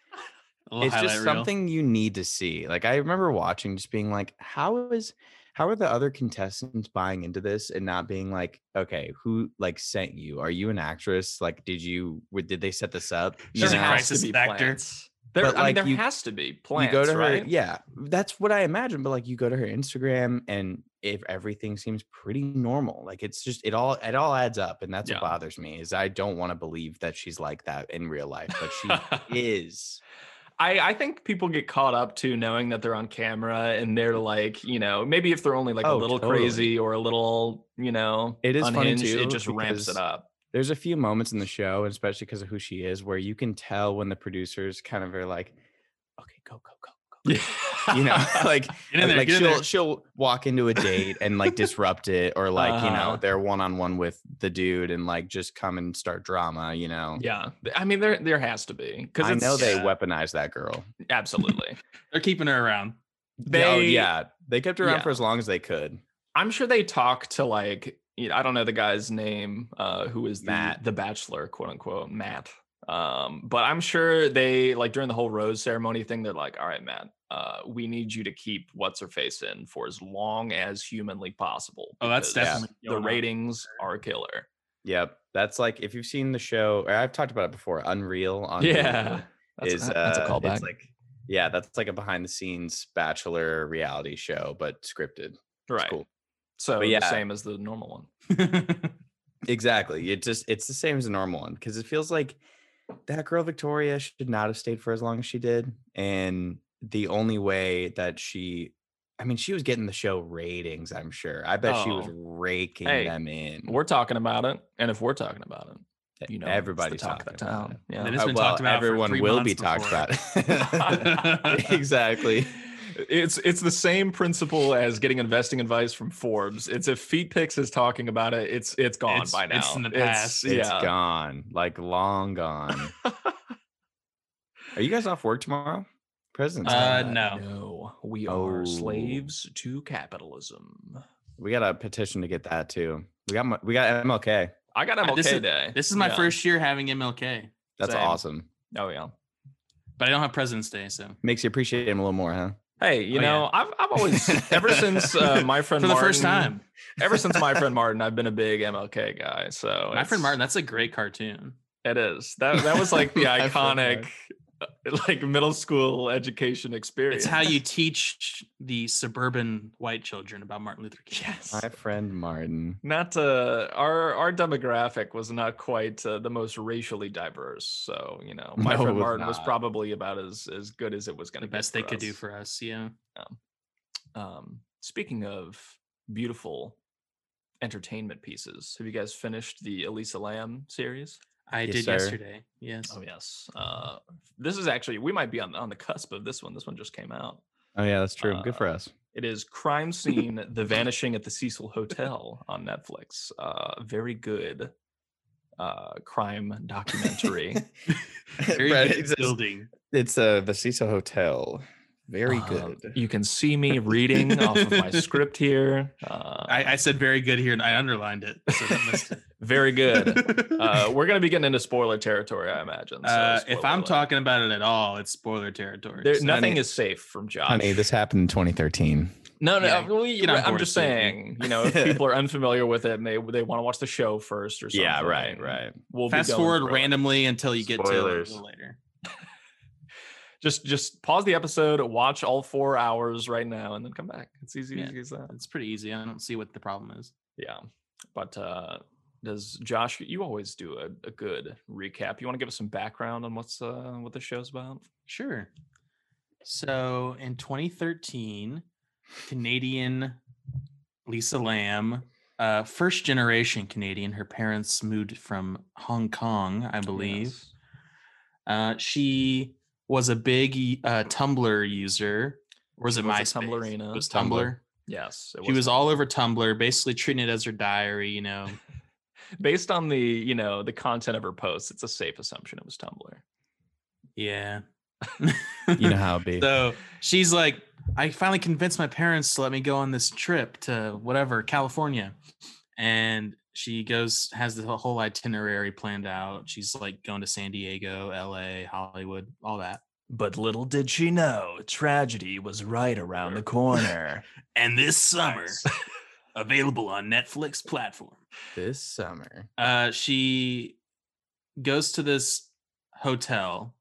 Speaker 4: A little
Speaker 3: it's just
Speaker 4: highlight reel.
Speaker 3: something you need to see. Like I remember watching, just being like, "How is, how are the other contestants buying into this and not being like, okay, who like sent you? Are you an actress? Like, did you? w- Did they set this up? You
Speaker 4: She's a
Speaker 2: There
Speaker 3: know?
Speaker 2: has to
Speaker 4: crisis
Speaker 2: be
Speaker 4: actor.
Speaker 2: plants. There,
Speaker 3: But,
Speaker 2: I mean,
Speaker 3: like,
Speaker 2: there
Speaker 3: you-
Speaker 2: has to be
Speaker 3: You
Speaker 2: plants,
Speaker 3: go to her,
Speaker 2: right?
Speaker 3: yeah. That's what I imagine. But like, you go to her Instagram, and if everything seems pretty normal, like it's just it all it all adds up, and that's
Speaker 2: Yeah.
Speaker 3: what bothers me is I don't want to believe that she's like that in real life, but she is.
Speaker 2: I, I think people get caught up to knowing that they're on camera and they're like, you know, maybe if they're only like a
Speaker 3: Oh,
Speaker 2: little
Speaker 3: totally.
Speaker 2: crazy or a little, you know,
Speaker 3: It is funny
Speaker 2: unhinged,
Speaker 3: too,
Speaker 2: it just ramps it
Speaker 3: because-
Speaker 2: up.
Speaker 3: there's a few moments in the show, and especially because of who she is, where you can tell when the producers kind of are like, "Okay, go, go, go," you know, like, uh,
Speaker 4: Get in there,
Speaker 3: like
Speaker 4: get in
Speaker 3: she'll
Speaker 4: there.
Speaker 3: she'll walk into a date and like disrupt it, or like you
Speaker 2: Uh-huh.
Speaker 3: know they're one on one with the dude and like just come and start drama, you know.
Speaker 2: yeah. I mean, there there has to be because
Speaker 3: I know they Oh,
Speaker 4: yeah.
Speaker 3: weaponized that girl.
Speaker 2: absolutely.
Speaker 4: They're keeping her around.
Speaker 2: they
Speaker 3: oh, yeah, they kept her around
Speaker 2: yeah.
Speaker 3: for as long as they could.
Speaker 2: i'm sure they talk to like you know, i don't know the guy's name uh who is the,
Speaker 3: Matt.
Speaker 2: the bachelor quote unquote matt um but i'm sure they like during the whole rose ceremony thing they're like all right matt uh we need you to keep what's her face in for as long as humanly possible
Speaker 4: Oh, that's
Speaker 2: because
Speaker 4: definitely
Speaker 2: the
Speaker 4: going on.
Speaker 2: ratings are killer
Speaker 3: Yep, that's like if you've seen the show, or I've talked about it before. Unreal on Hulu.
Speaker 2: yeah that's,
Speaker 3: is
Speaker 2: a, that's a
Speaker 3: uh,
Speaker 2: callback
Speaker 3: It's like, yeah, that's like a behind the scenes bachelor reality show, but scripted. It's
Speaker 2: right
Speaker 3: cool.
Speaker 2: so
Speaker 3: But
Speaker 2: yeah. the
Speaker 3: yeah.
Speaker 2: same as the normal one
Speaker 3: Exactly. It just it's the same as a normal one because it feels like that girl Victoria should not have stayed for as long as she did, and the only way that she. I mean, she was getting the show ratings, I'm sure. I bet she was
Speaker 2: Oh.
Speaker 3: raking
Speaker 2: Hey,
Speaker 3: them in.
Speaker 2: we're talking about it and if we're talking about it
Speaker 3: That
Speaker 2: you know
Speaker 3: everybody's
Speaker 2: it's the talk
Speaker 3: talking
Speaker 2: of the
Speaker 3: about
Speaker 2: town
Speaker 3: it.
Speaker 2: yeah
Speaker 4: It is- It's
Speaker 3: Uh,
Speaker 4: been
Speaker 3: well,
Speaker 4: talked about for
Speaker 3: everyone
Speaker 4: three
Speaker 3: will
Speaker 4: months
Speaker 3: be talked about.
Speaker 4: before.
Speaker 3: exactly.
Speaker 2: It's it's the same principle as getting investing advice from Forbes. It's if FeetPix is talking about it, it's it's gone
Speaker 4: It's-
Speaker 2: by now.
Speaker 4: it's in the past.
Speaker 2: yeah.
Speaker 3: It's gone, like long gone. Are you guys off work tomorrow? President's Day.
Speaker 4: Uh, no.
Speaker 2: no, we
Speaker 3: Oh.
Speaker 2: are slaves to capitalism.
Speaker 3: We got a petition to get that too. We got mo- we got MLK.
Speaker 2: I got
Speaker 4: Uh,
Speaker 2: MLK
Speaker 4: this is-
Speaker 2: day.
Speaker 4: this is my
Speaker 2: Yeah.
Speaker 4: first year having MLK.
Speaker 3: That's
Speaker 2: Same.
Speaker 3: awesome.
Speaker 2: Oh yeah,
Speaker 4: But I don't have President's Day, so
Speaker 3: Makes you appreciate him a little more, huh?
Speaker 2: Hey, you
Speaker 4: Oh,
Speaker 2: know, I've I've always ever since uh, my friend
Speaker 4: for the first
Speaker 2: Martin-
Speaker 4: time,
Speaker 2: ever since my friend Martin, I've been a big MLK guy. So
Speaker 4: my friend
Speaker 2: it's-
Speaker 4: Martin. That's a great cartoon.
Speaker 2: It is that that was like the
Speaker 3: My friend
Speaker 2: iconic, uh, like middle school education experience.
Speaker 4: It's how you teach the suburban white children about Martin Luther King.
Speaker 2: yes.
Speaker 3: My friend Martin.
Speaker 2: Not uh, our our demographic was not quite uh, the most racially diverse. So you know, my
Speaker 3: No, it
Speaker 2: friend
Speaker 3: was
Speaker 2: Martin was
Speaker 3: not.
Speaker 2: probably about as as good as it was going
Speaker 4: The
Speaker 2: to.
Speaker 4: best they could do for us. Yeah.
Speaker 2: Um, speaking of beautiful entertainment pieces, have you guys finished the Elisa Lamb series?
Speaker 4: I
Speaker 3: Yes,
Speaker 4: did
Speaker 3: sir.
Speaker 4: yesterday. Yes.
Speaker 2: Oh yes. Uh, this is actually we might be on on the cusp of this one. This one just came out.
Speaker 3: Oh yeah, that's true. Good
Speaker 2: Uh,
Speaker 3: for us.
Speaker 2: It is Crime Scene: The Vanishing at the Cecil Hotel on Netflix. Uh, very good uh, crime documentary.
Speaker 4: Very
Speaker 3: Brad,
Speaker 4: good
Speaker 3: it's, it's-
Speaker 4: building.
Speaker 3: it's uh, the Cecil Hotel. Very
Speaker 4: Oh,
Speaker 2: Uh,
Speaker 3: good.
Speaker 2: You can see me reading off of my script here. Uh,
Speaker 4: I, I said very good here, and I underlined it. So that missed it.
Speaker 2: very good. Uh, we're gonna be getting into spoiler territory, I imagine. so
Speaker 4: Uh, if
Speaker 2: spoiler
Speaker 4: I'm
Speaker 2: alert.
Speaker 4: talking about it at all, it's spoiler territory.
Speaker 2: there,
Speaker 4: so-
Speaker 2: nothing
Speaker 3: Honey-
Speaker 2: is safe from Josh.
Speaker 3: Honey, this happened in 2013.
Speaker 2: No, no,
Speaker 4: Yeah,
Speaker 2: uh, well, you
Speaker 4: get
Speaker 2: know,
Speaker 4: on
Speaker 2: I'm
Speaker 4: board,
Speaker 2: just
Speaker 4: Steve.
Speaker 2: saying, you know, if people are unfamiliar with it and they they want to watch the show first or something. We'll be
Speaker 4: Fast
Speaker 2: going
Speaker 4: forward
Speaker 2: through it.
Speaker 4: randomly until you get
Speaker 3: Spoilers.
Speaker 4: to a little later.
Speaker 2: Just just pause the episode, watch all four hours right now, and then come back. It's easy,
Speaker 4: Yeah.
Speaker 2: easy as that.
Speaker 4: It's pretty easy. I don't see what the problem is.
Speaker 2: Yeah. But uh does Josh you always do a, a good recap. You want to give us some background on what's uh what the show's about?
Speaker 4: Sure. So in 2013, Canadian Lisa Lamb, uh, first generation Canadian, her parents moved from Hong Kong, I believe.
Speaker 2: Yes.
Speaker 4: Uh, she was a big uh, Tumblr user, or was it,
Speaker 2: was a
Speaker 4: MySpace?
Speaker 2: Tumblrina.
Speaker 4: It was
Speaker 3: Tumblr.
Speaker 4: Tumblr.
Speaker 2: Yes. It
Speaker 4: She was all over Tumblr, basically treating it as her diary. You know,
Speaker 2: based on the, you know, the content of her posts, it's a safe assumption it was Tumblr.
Speaker 4: yeah.
Speaker 3: You know how it be.
Speaker 4: So she's like, I finally convinced my parents to let me go on this trip to whatever, California. And she goes, has the whole itinerary planned out. She's like going to San Diego, LA, Hollywood, all that.
Speaker 2: But little did she know, tragedy was right around the corner.
Speaker 4: And this summer,
Speaker 2: Nice.
Speaker 4: available on Netflix platform.
Speaker 3: this summer.
Speaker 4: Uh, she goes to this hotel.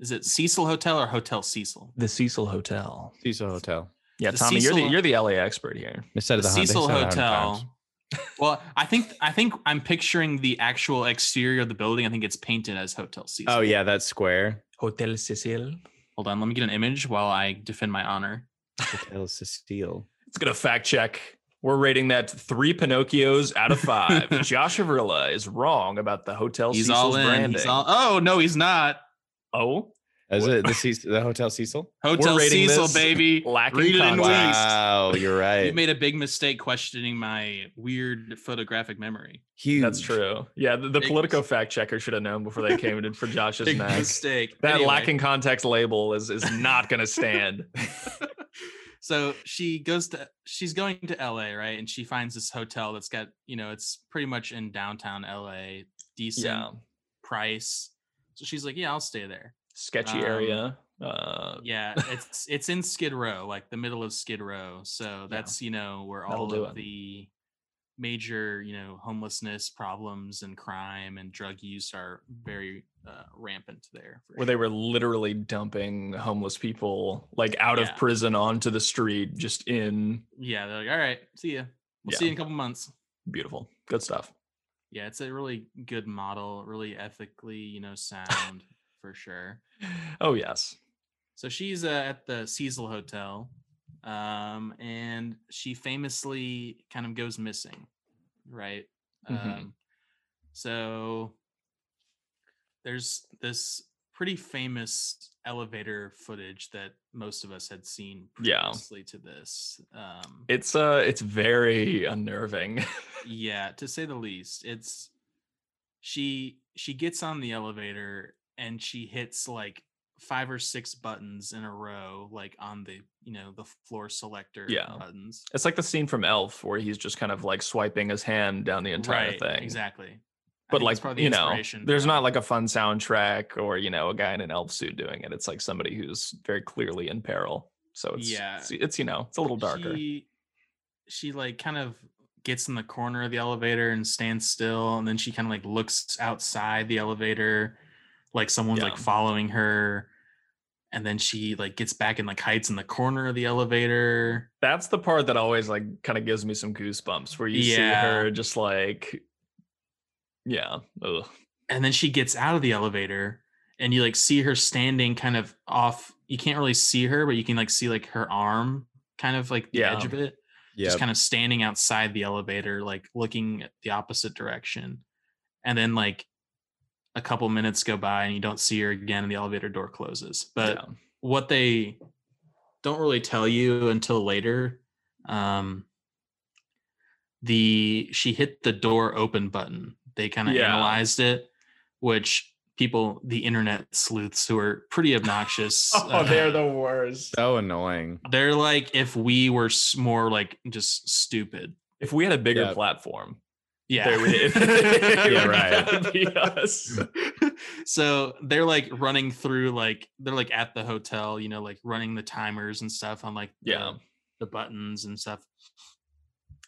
Speaker 4: Is it Cecil Hotel or Hotel Cecil?
Speaker 2: the Cecil Hotel.
Speaker 3: Cecil Hotel.
Speaker 2: Yeah,
Speaker 4: The
Speaker 2: Tommy,
Speaker 4: Cecil-
Speaker 2: you're the you're the LA expert here.
Speaker 3: Instead
Speaker 4: the
Speaker 3: of the, Hun- they
Speaker 4: Cecil
Speaker 3: said it a hundred times.
Speaker 4: Hotel. Well, I think I think I'm picturing the actual exterior of the building. I think it's painted as Hotel Cecil.
Speaker 3: Oh yeah, that square.
Speaker 2: Hotel Cecil.
Speaker 4: Hold on, let me get an image while I defend my honor.
Speaker 3: Hotel Cecil.
Speaker 2: It's gonna fact check. We're rating that three Pinocchios out of five. Josh Avrilla is wrong about the Hotel
Speaker 4: he's
Speaker 2: Cecil's
Speaker 4: all in.
Speaker 2: branding.
Speaker 4: He's all. Oh no, he's not.
Speaker 2: oh,
Speaker 3: Is
Speaker 2: What?
Speaker 3: it the, Cecil, the Hotel Cecil?
Speaker 4: Hotel
Speaker 2: rating
Speaker 4: Cecil,
Speaker 2: this
Speaker 4: baby.
Speaker 2: lacking
Speaker 4: Read it in
Speaker 2: context.
Speaker 4: waste.
Speaker 3: Wow, you're right.
Speaker 4: You made a big mistake questioning my weird photographic memory.
Speaker 3: Huge.
Speaker 2: that's true. Yeah, the, the
Speaker 4: Big
Speaker 2: Politico fact checker should have known before they came in for Josh's
Speaker 4: Big
Speaker 2: neck.
Speaker 4: mistake.
Speaker 2: That
Speaker 4: Anyway.
Speaker 2: lacking context label is is not gonna stand.
Speaker 4: so she goes to she's going to LA, right? And she finds this hotel that's got, you know, it's pretty much in downtown LA, decent
Speaker 2: yeah,
Speaker 4: price. So she's like, Yeah, I'll stay there.
Speaker 2: sketchy
Speaker 4: Um,
Speaker 2: area. Uh,
Speaker 4: Yeah, it's it's in Skid Row, like the middle of Skid Row. So that's you know where
Speaker 2: That'll
Speaker 4: all
Speaker 2: do
Speaker 4: of
Speaker 2: it.
Speaker 4: the major, you know, homelessness problems and crime and drug use are very uh, rampant there. for
Speaker 2: where they were literally dumping homeless people like out
Speaker 4: Yeah.
Speaker 2: of prison onto the street just in
Speaker 4: Yeah, they're like, all right, see ya. We'll see
Speaker 2: Yeah.
Speaker 4: you in a couple months.
Speaker 2: beautiful good stuff
Speaker 4: Yeah, it's a really good model, really ethically, you know, sound for sure.
Speaker 2: oh yes
Speaker 4: So she's uh, at the Cecil Hotel, um, and she famously kind of goes missing, right?
Speaker 2: Mhm.
Speaker 4: Um, so there's this pretty famous elevator footage that most of us had seen
Speaker 2: Yeah.
Speaker 4: previously to this. Um,
Speaker 2: it's uh it's very unnerving
Speaker 4: yeah to say the least it's she she gets on the elevator and she hits like five or six buttons in a row like on the you know the floor selector
Speaker 2: Yeah.
Speaker 4: buttons
Speaker 2: it's like the scene from elf where he's just kind of like swiping his hand down the entire thing
Speaker 4: exactly think
Speaker 2: but
Speaker 4: that's
Speaker 2: like
Speaker 4: probably the
Speaker 2: you know
Speaker 4: inspiration
Speaker 2: there's
Speaker 4: for-
Speaker 2: not like a fun soundtrack or you know a guy in an elf suit doing it it's like somebody who's very clearly in peril so it's
Speaker 4: Yeah.
Speaker 2: it's, it's, you know it's a little darker
Speaker 4: She, she like kind of gets in the corner of the elevator and stands still, and then she kind of like looks outside the elevator, like someone's like
Speaker 2: Yeah.
Speaker 4: following her, and then she like gets back and like hides in the corner of the elevator.
Speaker 2: that's the part that always like kind of gives me some goosebumps where you
Speaker 4: Yeah.
Speaker 2: see her just like yeah ugh.
Speaker 4: and then she gets out of the elevator and you like see her standing kind of off you can't really see her but you can like see like her arm kind of like the edge
Speaker 2: Yeah.
Speaker 4: of it
Speaker 3: Yeah.
Speaker 4: just kind of standing outside the elevator like looking at the opposite direction and then like a couple minutes go by and you don't see her again and the elevator door closes but
Speaker 2: yeah.
Speaker 4: what they don't really tell you until later um the she hit the door open button they kind of
Speaker 2: Yeah.
Speaker 4: analyzed it which people the internet sleuths who are pretty obnoxious uh,
Speaker 2: Oh, the worst
Speaker 3: So annoying.
Speaker 4: they're like if we were s- more like just stupid
Speaker 2: if we had a bigger
Speaker 3: Yeah.
Speaker 2: platform
Speaker 4: yeah
Speaker 2: there would,
Speaker 3: Yeah,
Speaker 2: right be us.
Speaker 4: so they're like running through like they're like at the hotel you know like running the timers and stuff on like the-
Speaker 2: Yeah.
Speaker 4: the buttons and stuff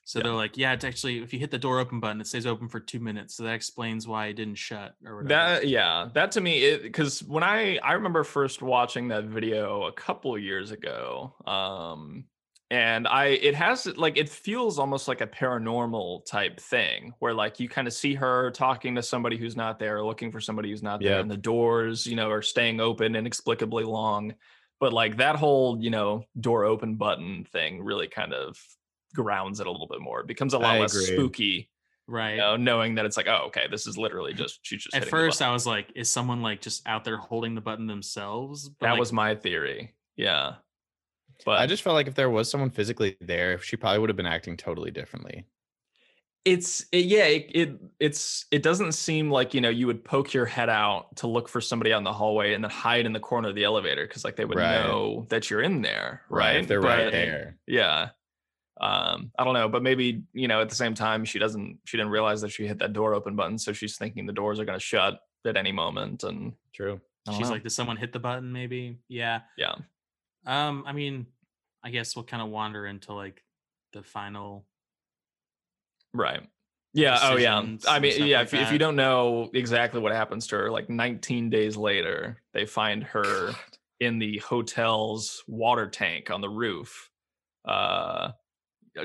Speaker 4: so they're like yeah it's actually if you hit the door open button it stays open for two minutes so that explains why it didn't shut or whatever
Speaker 2: That yeah, that to me, because when I I remember first watching that video a couple years ago, um, and I it has like it feels almost like a paranormal type thing where like you kind of see her talking to somebody who's not there, looking for somebody who's not there,
Speaker 3: Yeah.
Speaker 2: and the doors you know are staying open inexplicably long, but like that whole you know door open button thing really kind of grounds it a little bit more. It becomes a lot
Speaker 3: I
Speaker 2: less
Speaker 3: agree.
Speaker 2: spooky,
Speaker 4: right
Speaker 2: you know, knowing that it's like oh okay, this is literally just she's just
Speaker 4: at
Speaker 2: hitting the
Speaker 4: first
Speaker 2: button.
Speaker 4: i was like is someone like just out there holding the button themselves but
Speaker 2: that
Speaker 4: like,
Speaker 2: was my theory. Yeah. But
Speaker 3: I just felt like if there was someone physically there, she probably would have been acting totally differently.
Speaker 2: it's it, yeah, it, it it's it doesn't seem like, you know, you would poke your head out to look for somebody out in the hallway and then hide in the corner of the elevator cuz like they would
Speaker 3: Right.
Speaker 2: know that you're in there, right?
Speaker 3: If they're
Speaker 2: But,
Speaker 3: right there.
Speaker 2: Yeah. Um, I don't know, but maybe, you know, at the same time she doesn't she didn't realize that she hit that door open button, so she's thinking the doors are going to shut at any moment and
Speaker 3: True.
Speaker 2: I don't
Speaker 4: she's
Speaker 2: know.
Speaker 4: like did someone hit the button maybe yeah
Speaker 2: yeah.
Speaker 4: Um, I mean, I guess we'll kind of wander into like the final.
Speaker 2: Right. Yeah. Oh, yeah.
Speaker 4: decisions
Speaker 2: I
Speaker 4: and
Speaker 2: mean,
Speaker 4: stuff
Speaker 2: yeah.
Speaker 4: like
Speaker 2: if, if
Speaker 4: that.
Speaker 2: you don't know exactly what happens to her, like 19 days later, they find her in the hotel's water tank on the roof, uh,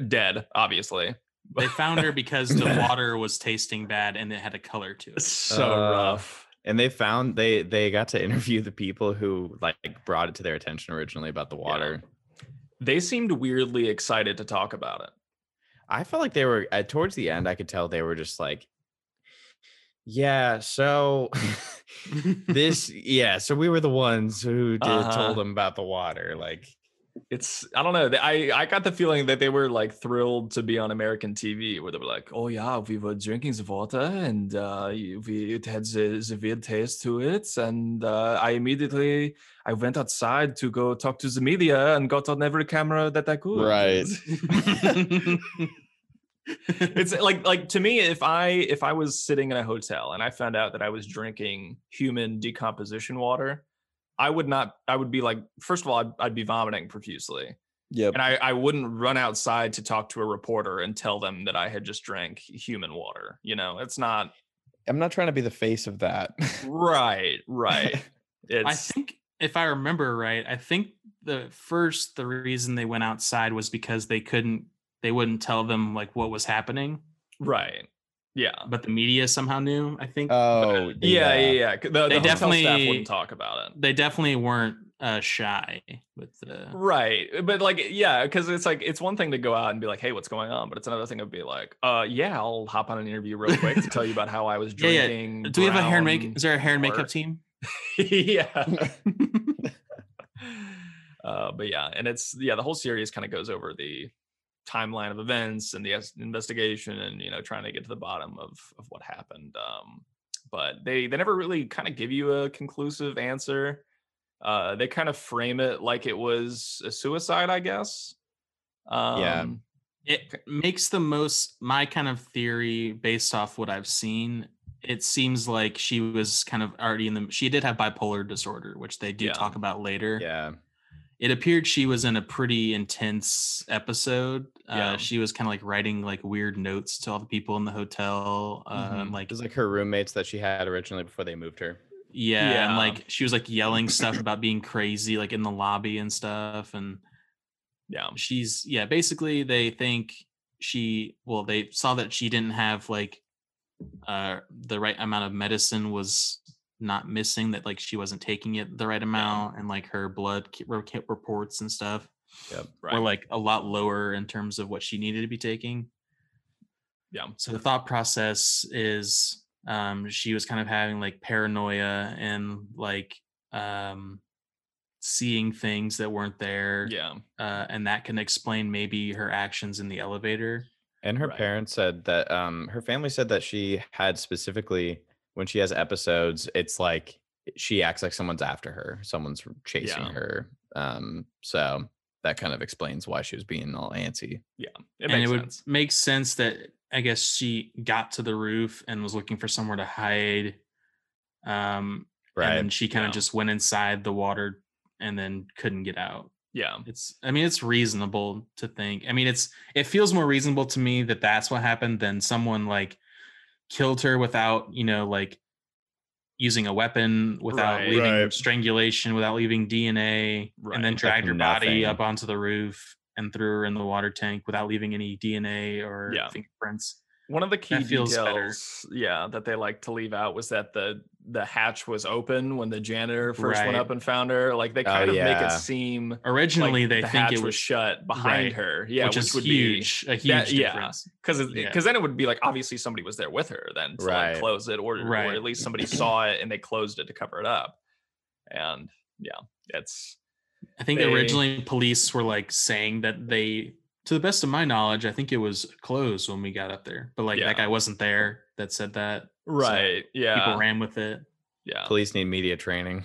Speaker 2: dead, obviously.
Speaker 4: They found her because the water was tasting bad and it had a color to it.
Speaker 2: so
Speaker 3: Uh,
Speaker 2: rough.
Speaker 3: And they found they they got to interview the people who like brought it to their attention originally about the water.
Speaker 2: They seemed weirdly excited to talk about it.
Speaker 3: I felt like they were at towards the end. I could tell they were just like, yeah. So this, yeah. So we were the ones who did,
Speaker 2: Uh-huh.
Speaker 3: told them about the water. Like,
Speaker 2: It's I don't know. th- I I got the feeling that they were like thrilled to be on American TV, where they were like, "Oh yeah, we were drinking the water, and uh, y- we it had the, the weird taste to it." And uh, I immediately I went outside to go talk to the media and got on every camera that I could.
Speaker 3: Right.
Speaker 2: it's like like to me, if I if I was sitting in a hotel and I found out that I was drinking human decomposition water, I would not. I would be like, first of all, I'd, I'd be vomiting profusely.
Speaker 3: yeah.
Speaker 2: And I, I wouldn't run outside to talk to a reporter and tell them that I had just drank human water. You know, it's not
Speaker 3: I'm not trying to be the face of that.
Speaker 2: right, right. It's
Speaker 4: I think if I remember right, I think the first the reason they went outside was because they couldn't they wouldn't tell them like what was happening,
Speaker 2: right. Yeah.
Speaker 4: but the media somehow knew, I think.
Speaker 3: oh,
Speaker 2: Yeah, yeah, yeah. The, the
Speaker 4: They
Speaker 2: hotel staff
Speaker 4: definitely-
Speaker 2: wouldn't talk about it.
Speaker 4: they definitely weren't uh shy with the
Speaker 2: Right. But like, yeah, because it's like it's one thing to go out and be like, hey, what's going on? But it's another thing to be like, uh yeah, I'll hop on an interview real quick to tell you about how I was
Speaker 4: Yeah, yeah.
Speaker 2: drinking.
Speaker 4: Do we have a hair and make?
Speaker 2: brown
Speaker 4: Is there a hair and
Speaker 2: water."
Speaker 4: makeup team?
Speaker 2: yeah. uh, but yeah, and it's yeah, the whole series kind of goes over the timeline of events and the es- investigation, and you know, trying to get to the bottom of of what happened. Um, but they they never really kind of give you a conclusive answer. Uh, they kind of frame it like it was a suicide, I guess. Um,
Speaker 3: Yeah.
Speaker 4: it makes the most my kind of theory based off what i've seen it seems like she was kind of already in the she did have bipolar disorder which they do
Speaker 2: Yeah.
Speaker 4: talk about later
Speaker 3: Yeah.
Speaker 4: it appeared she was in a pretty intense episode
Speaker 2: Yeah.
Speaker 4: uh, she was kind of like writing like weird notes to all the people in the hotel uh, and,
Speaker 2: Mhm.
Speaker 4: like
Speaker 3: Mm-hmm. It was like her roommates that she had originally before they moved her.
Speaker 4: yeah,
Speaker 2: Yeah.
Speaker 4: and like she was like yelling stuff about being crazy like in the lobby and stuff and
Speaker 2: Yeah.
Speaker 4: um, she's yeah basically they think she well they saw that she didn't have like uh the right amount of medicine was not missing that like she wasn't taking it the right amount and like her blood ki- re- ki- reports and stuff
Speaker 2: Right.
Speaker 4: were like a lot lower in terms of what she needed to be taking
Speaker 2: Yeah.
Speaker 4: so the thought process is um she was kind of having like paranoia and like um seeing things that weren't there
Speaker 2: yeah.
Speaker 4: uh, and that can explain maybe her actions in the elevator.
Speaker 3: And her
Speaker 2: Right.
Speaker 3: parents said that um her family said that she had specifically when she has episodes, it's like she acts like someone's after her, someone's r- chasing
Speaker 2: Yeah.
Speaker 3: her. Um, so that kind of explains why she was being all antsy.
Speaker 2: It
Speaker 4: and it
Speaker 2: makes
Speaker 4: would
Speaker 2: sense.
Speaker 4: make sense that I guess she got to the roof and was looking for somewhere to hide. Um, And then
Speaker 3: Right.
Speaker 4: she kind of
Speaker 2: Yeah.
Speaker 4: just went inside the water and then couldn't get out.
Speaker 2: Yeah.
Speaker 4: It's, I mean, it's reasonable to think. I mean, it's, it feels more reasonable to me that that's what happened than someone like killed her without, you know, like using a weapon, without
Speaker 2: Right.
Speaker 4: leaving
Speaker 3: Right.
Speaker 4: strangulation, without leaving DNA, and then
Speaker 2: Right.
Speaker 4: dragged her body
Speaker 3: nothing.
Speaker 4: up onto the roof and threw her in the water tank without leaving any DNA or
Speaker 2: Yeah.
Speaker 4: fingerprints.
Speaker 2: One of the key
Speaker 4: feels
Speaker 2: details,
Speaker 4: better.
Speaker 2: yeah, that they like to leave out was that the the hatch was open when the janitor first
Speaker 4: Right.
Speaker 2: went up and found her. Like they
Speaker 3: Oh,
Speaker 2: kind of
Speaker 3: yeah.
Speaker 2: make it seem
Speaker 4: Originally,
Speaker 2: like
Speaker 4: they
Speaker 2: the
Speaker 4: think
Speaker 2: hatch
Speaker 4: it
Speaker 2: was,
Speaker 4: was,
Speaker 2: shut behind
Speaker 4: right,
Speaker 2: her. Yeah,
Speaker 4: which,
Speaker 2: which,
Speaker 4: is
Speaker 2: would
Speaker 4: huge, a huge
Speaker 2: that- yeah.
Speaker 4: difference.
Speaker 2: because
Speaker 4: Yeah.
Speaker 2: because then it would be like obviously somebody was there with her then to
Speaker 3: Right.
Speaker 2: like close it or, or
Speaker 4: Right.
Speaker 2: at least somebody saw it and they closed it to cover it up. And yeah, it's
Speaker 4: I think
Speaker 2: They-
Speaker 4: originally police were like saying that they, to the best of my knowledge, I think it was closed when we got up there, but like
Speaker 2: Yeah.
Speaker 4: that guy wasn't there that said that.
Speaker 2: right.
Speaker 4: People
Speaker 2: yeah.
Speaker 4: ran with it.
Speaker 2: yeah.
Speaker 3: Police need media training.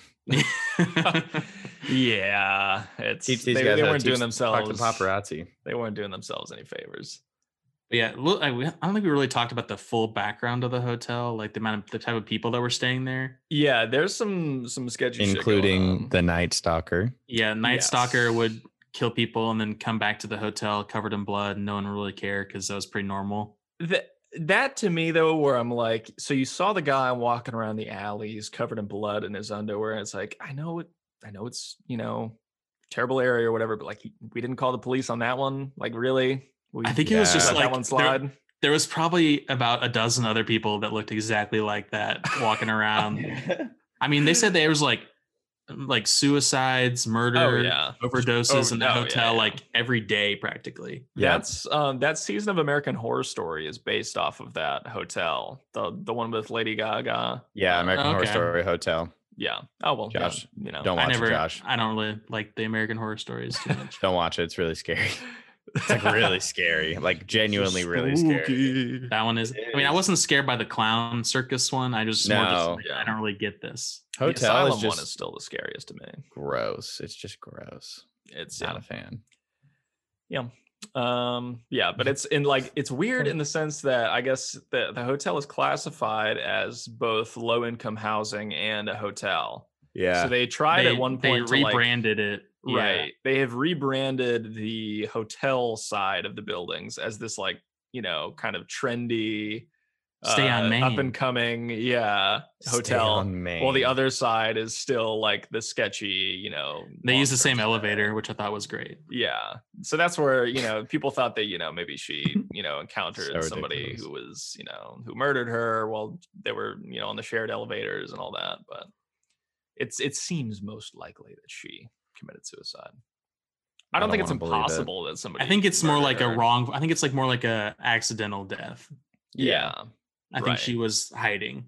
Speaker 2: yeah, it's
Speaker 3: Teach
Speaker 2: they,
Speaker 3: these
Speaker 2: they
Speaker 3: guys how to
Speaker 2: weren't doing
Speaker 3: teach- Talk to
Speaker 2: themselves.
Speaker 3: paparazzi.
Speaker 2: They weren't doing themselves any favors.
Speaker 4: But yeah, look, I, we- I don't think we really talked about the full background of the hotel, like the amount of the type of people that were staying there.
Speaker 2: Yeah, there's some some sketchy shit going
Speaker 3: Including
Speaker 2: on.
Speaker 3: the night stalker.
Speaker 4: Yeah, Night
Speaker 2: Yes.
Speaker 4: Stalker would kill people and then come back to the hotel covered in blood. No one would really care because that was pretty normal.
Speaker 2: Th- that to me though, where I'm like, so you saw the guy walking around the alleys covered in blood in his underwear. And it's like, I know it, I know it's you know terrible area or whatever, but like he- we didn't call the police on that one. Like really, we
Speaker 4: I think it was
Speaker 3: Yeah.
Speaker 4: just
Speaker 2: let
Speaker 4: like
Speaker 2: that one
Speaker 4: there,
Speaker 2: slide.
Speaker 4: there was probably about a dozen other people that looked exactly like that walking around. I mean, they said there was like like suicides, murder,
Speaker 2: oh yeah,
Speaker 4: overdoses
Speaker 2: Oh,
Speaker 4: in the
Speaker 2: no, yeah,
Speaker 4: hotel
Speaker 2: yeah.
Speaker 4: like every day practically.
Speaker 3: Yeah.
Speaker 2: That's um that season of American Horror Story is based off of that hotel. The the one with Lady Gaga.
Speaker 3: Yeah, American Horror
Speaker 4: Okay.
Speaker 3: Story Hotel.
Speaker 2: Yeah. Oh well, yeah,
Speaker 3: Josh,
Speaker 2: you know.
Speaker 3: Don't
Speaker 4: I
Speaker 3: watch
Speaker 4: never,
Speaker 3: it, Josh.
Speaker 4: I don't really like the American horror stories too much.
Speaker 3: Don't watch it. It's really scary. It's like really scary. Like genuinely really scary.
Speaker 2: Spooky.
Speaker 4: that one is. I mean, I
Speaker 3: Yes.
Speaker 4: wasn't scared by the clown circus one. I just, more just
Speaker 3: No.
Speaker 4: like, I don't really get this.
Speaker 2: The
Speaker 3: Hotel is
Speaker 2: asylum
Speaker 3: just
Speaker 2: one is still the scariest to me.
Speaker 3: gross. It's just gross.
Speaker 2: It's
Speaker 3: Not
Speaker 2: yeah.
Speaker 3: a fan.
Speaker 2: um yeah, but it's in like it's
Speaker 4: Hmm.
Speaker 2: weird in the sense that I guess the the hotel is classified as both low income housing and a hotel.
Speaker 3: Yeah.
Speaker 2: So they tried
Speaker 4: they,
Speaker 2: at one
Speaker 4: they
Speaker 2: point to like
Speaker 4: rebranded it. Yeah.
Speaker 2: Right. They have rebranded the hotel side of the buildings as this like, you know, kind of trendy
Speaker 4: Stay on Main.
Speaker 2: up and coming, yeah, hotel. While the other side is still like the sketchy, you know.
Speaker 4: They use the
Speaker 2: long-term
Speaker 4: same
Speaker 2: stay.
Speaker 4: elevator, which I thought was great.
Speaker 2: Yeah. So that's where, you know, people thought that, you know, maybe she, you know,
Speaker 3: So
Speaker 2: encountered somebody
Speaker 3: ridiculous.
Speaker 2: who was, you know, who murdered her while they were, you know, on the shared elevators and all that, but it's it seems most likely that she committed suicide. I
Speaker 3: I
Speaker 2: don't,
Speaker 3: don't
Speaker 2: think it's
Speaker 3: wanna believe it.
Speaker 2: impossible that somebody
Speaker 4: I think it's more like
Speaker 2: murdered
Speaker 4: a
Speaker 2: her.
Speaker 4: wrong. I think it's like more like a accidental death.
Speaker 2: Yeah.
Speaker 4: I think
Speaker 2: Right.
Speaker 4: she was hiding.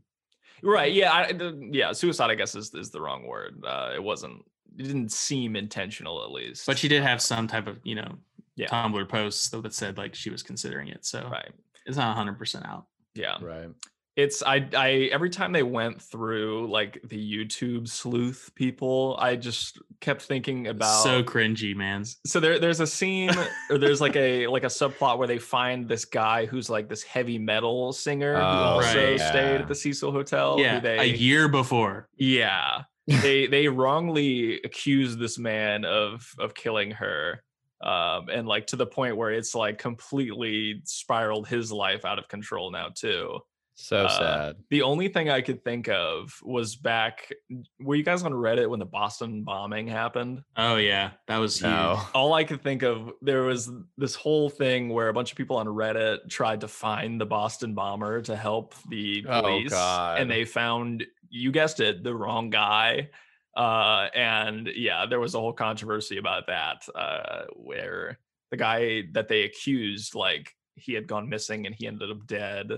Speaker 2: Right. Yeah, I, the- yeah, suicide I guess is is the wrong word. Uh it wasn't it didn't seem intentional at least.
Speaker 4: But she did have some type of, you know,
Speaker 2: Yeah.
Speaker 4: Tumblr posts though that said like she was considering it. So
Speaker 2: right.
Speaker 4: it's not 100% out.
Speaker 2: Yeah.
Speaker 3: Right.
Speaker 2: it's I I every time they went through like the YouTube sleuth people, I just kept thinking about
Speaker 4: so cringy, man.
Speaker 2: so there, there's a scene or there's like a like a subplot where they find this guy who's like this heavy metal singer who
Speaker 3: Oh,
Speaker 2: also
Speaker 4: right,
Speaker 2: stayed
Speaker 3: yeah.
Speaker 2: at the Cecil Hotel. who
Speaker 4: Yeah,
Speaker 2: Oh, they,
Speaker 4: a year before.
Speaker 2: yeah. They they wrongly accused this man of of killing her. Um, and like to the point where it's like completely spiraled his life out of control now too.
Speaker 3: So
Speaker 2: Uh,
Speaker 3: sad.
Speaker 2: The only thing I could think of was back were you guys on Reddit when the Boston bombing happened?
Speaker 4: Oh yeah, that was huge.
Speaker 3: No.
Speaker 2: all I could think of there was this whole thing where a bunch of people on Reddit tried to find the Boston bomber to help the
Speaker 3: Oh,
Speaker 2: police,
Speaker 3: God.
Speaker 2: and they found you guessed it the wrong guy. Uh, and yeah, there was a whole controversy about that, uh, where the guy that they accused, like he had gone missing and he ended up dead,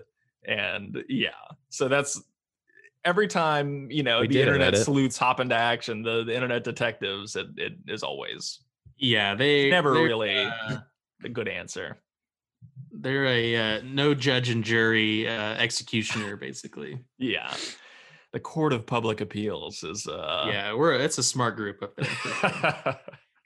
Speaker 2: and yeah, so that's every time you know
Speaker 3: We
Speaker 2: the
Speaker 3: did a
Speaker 2: internet
Speaker 3: Reddit.
Speaker 2: sleuths hop into action, the, the internet detectives, it, it is always
Speaker 4: Yeah, they
Speaker 2: Never
Speaker 4: they're,
Speaker 2: really.
Speaker 4: uh,
Speaker 2: a good answer.
Speaker 4: they're a uh, no judge and jury uh, executioner, basically.
Speaker 2: Yeah. The Court of Public Appeals is uh
Speaker 4: yeah, we're it's a smart group up there. for sure.
Speaker 2: yeah.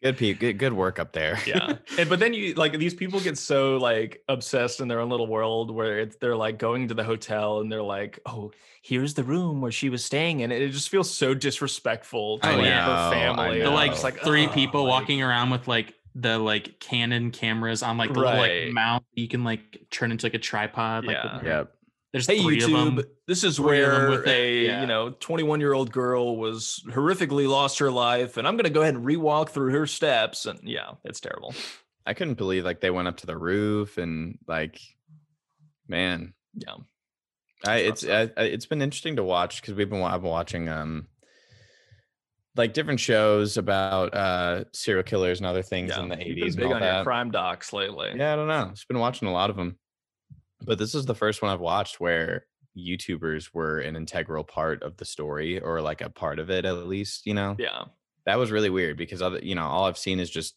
Speaker 3: Good people. Good, good work up there.
Speaker 2: And, but then you like these people get so like obsessed in their own little world where it's, they're like going to the hotel and they're like, "Oh, here's the room where she was staying in." It just feels so disrespectful to
Speaker 4: Oh, I
Speaker 2: like, oh,
Speaker 3: know,
Speaker 2: her
Speaker 3: I
Speaker 2: family.
Speaker 3: know.
Speaker 4: They're
Speaker 2: I'm
Speaker 4: like,
Speaker 2: just
Speaker 4: three
Speaker 2: "Ugh,"
Speaker 4: people
Speaker 2: like-
Speaker 4: walking around with like the like Canon cameras on like the little
Speaker 2: Right.
Speaker 4: like mount that you can like turn into like a tripod. Like,
Speaker 2: Yeah.
Speaker 4: with-
Speaker 3: Yep.
Speaker 4: There's
Speaker 2: Hey
Speaker 4: three of
Speaker 2: YouTube,
Speaker 4: them.
Speaker 2: this is
Speaker 4: Three of 'em
Speaker 2: where
Speaker 4: with it,
Speaker 2: a
Speaker 4: yeah.
Speaker 2: you know 21 year old girl was horrifically lost her life, and I'm gonna go ahead and rewalk through her steps. And yeah, it's terrible.
Speaker 3: I couldn't believe like they went up to the roof and like, man,
Speaker 2: Yeah.
Speaker 3: I
Speaker 2: It's
Speaker 3: it's I, I- it's been interesting to watch because we've been wa- I've been watching um like different shows about uh serial killers and other things in the
Speaker 2: you've been
Speaker 3: eighties and
Speaker 2: Big
Speaker 3: all
Speaker 2: on your
Speaker 3: that.
Speaker 2: crime docs lately.
Speaker 3: Yeah, I don't know. Just been watching a lot of them, but this is the first one I've watched where YouTubers were an integral part of the story or like a part of it at least. You know,
Speaker 2: Yeah.
Speaker 3: that was really weird because other you know all I've seen is just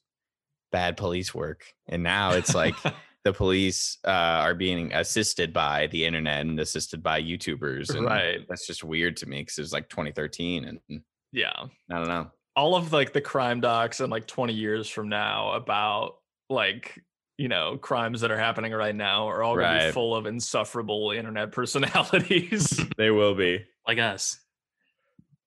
Speaker 3: bad police work, and now it's like the police uh, are being assisted by the internet and assisted by YouTubers. And
Speaker 2: Right.
Speaker 3: That's just weird to me because it was like 2013, and and
Speaker 2: yeah.
Speaker 3: I don't know.
Speaker 2: All of like the crime docs and like 20 years from now about like, you know, crimes that are happening right now are all gonna be
Speaker 3: Right.
Speaker 2: full of insufferable internet personalities.
Speaker 3: They will be.
Speaker 4: like us.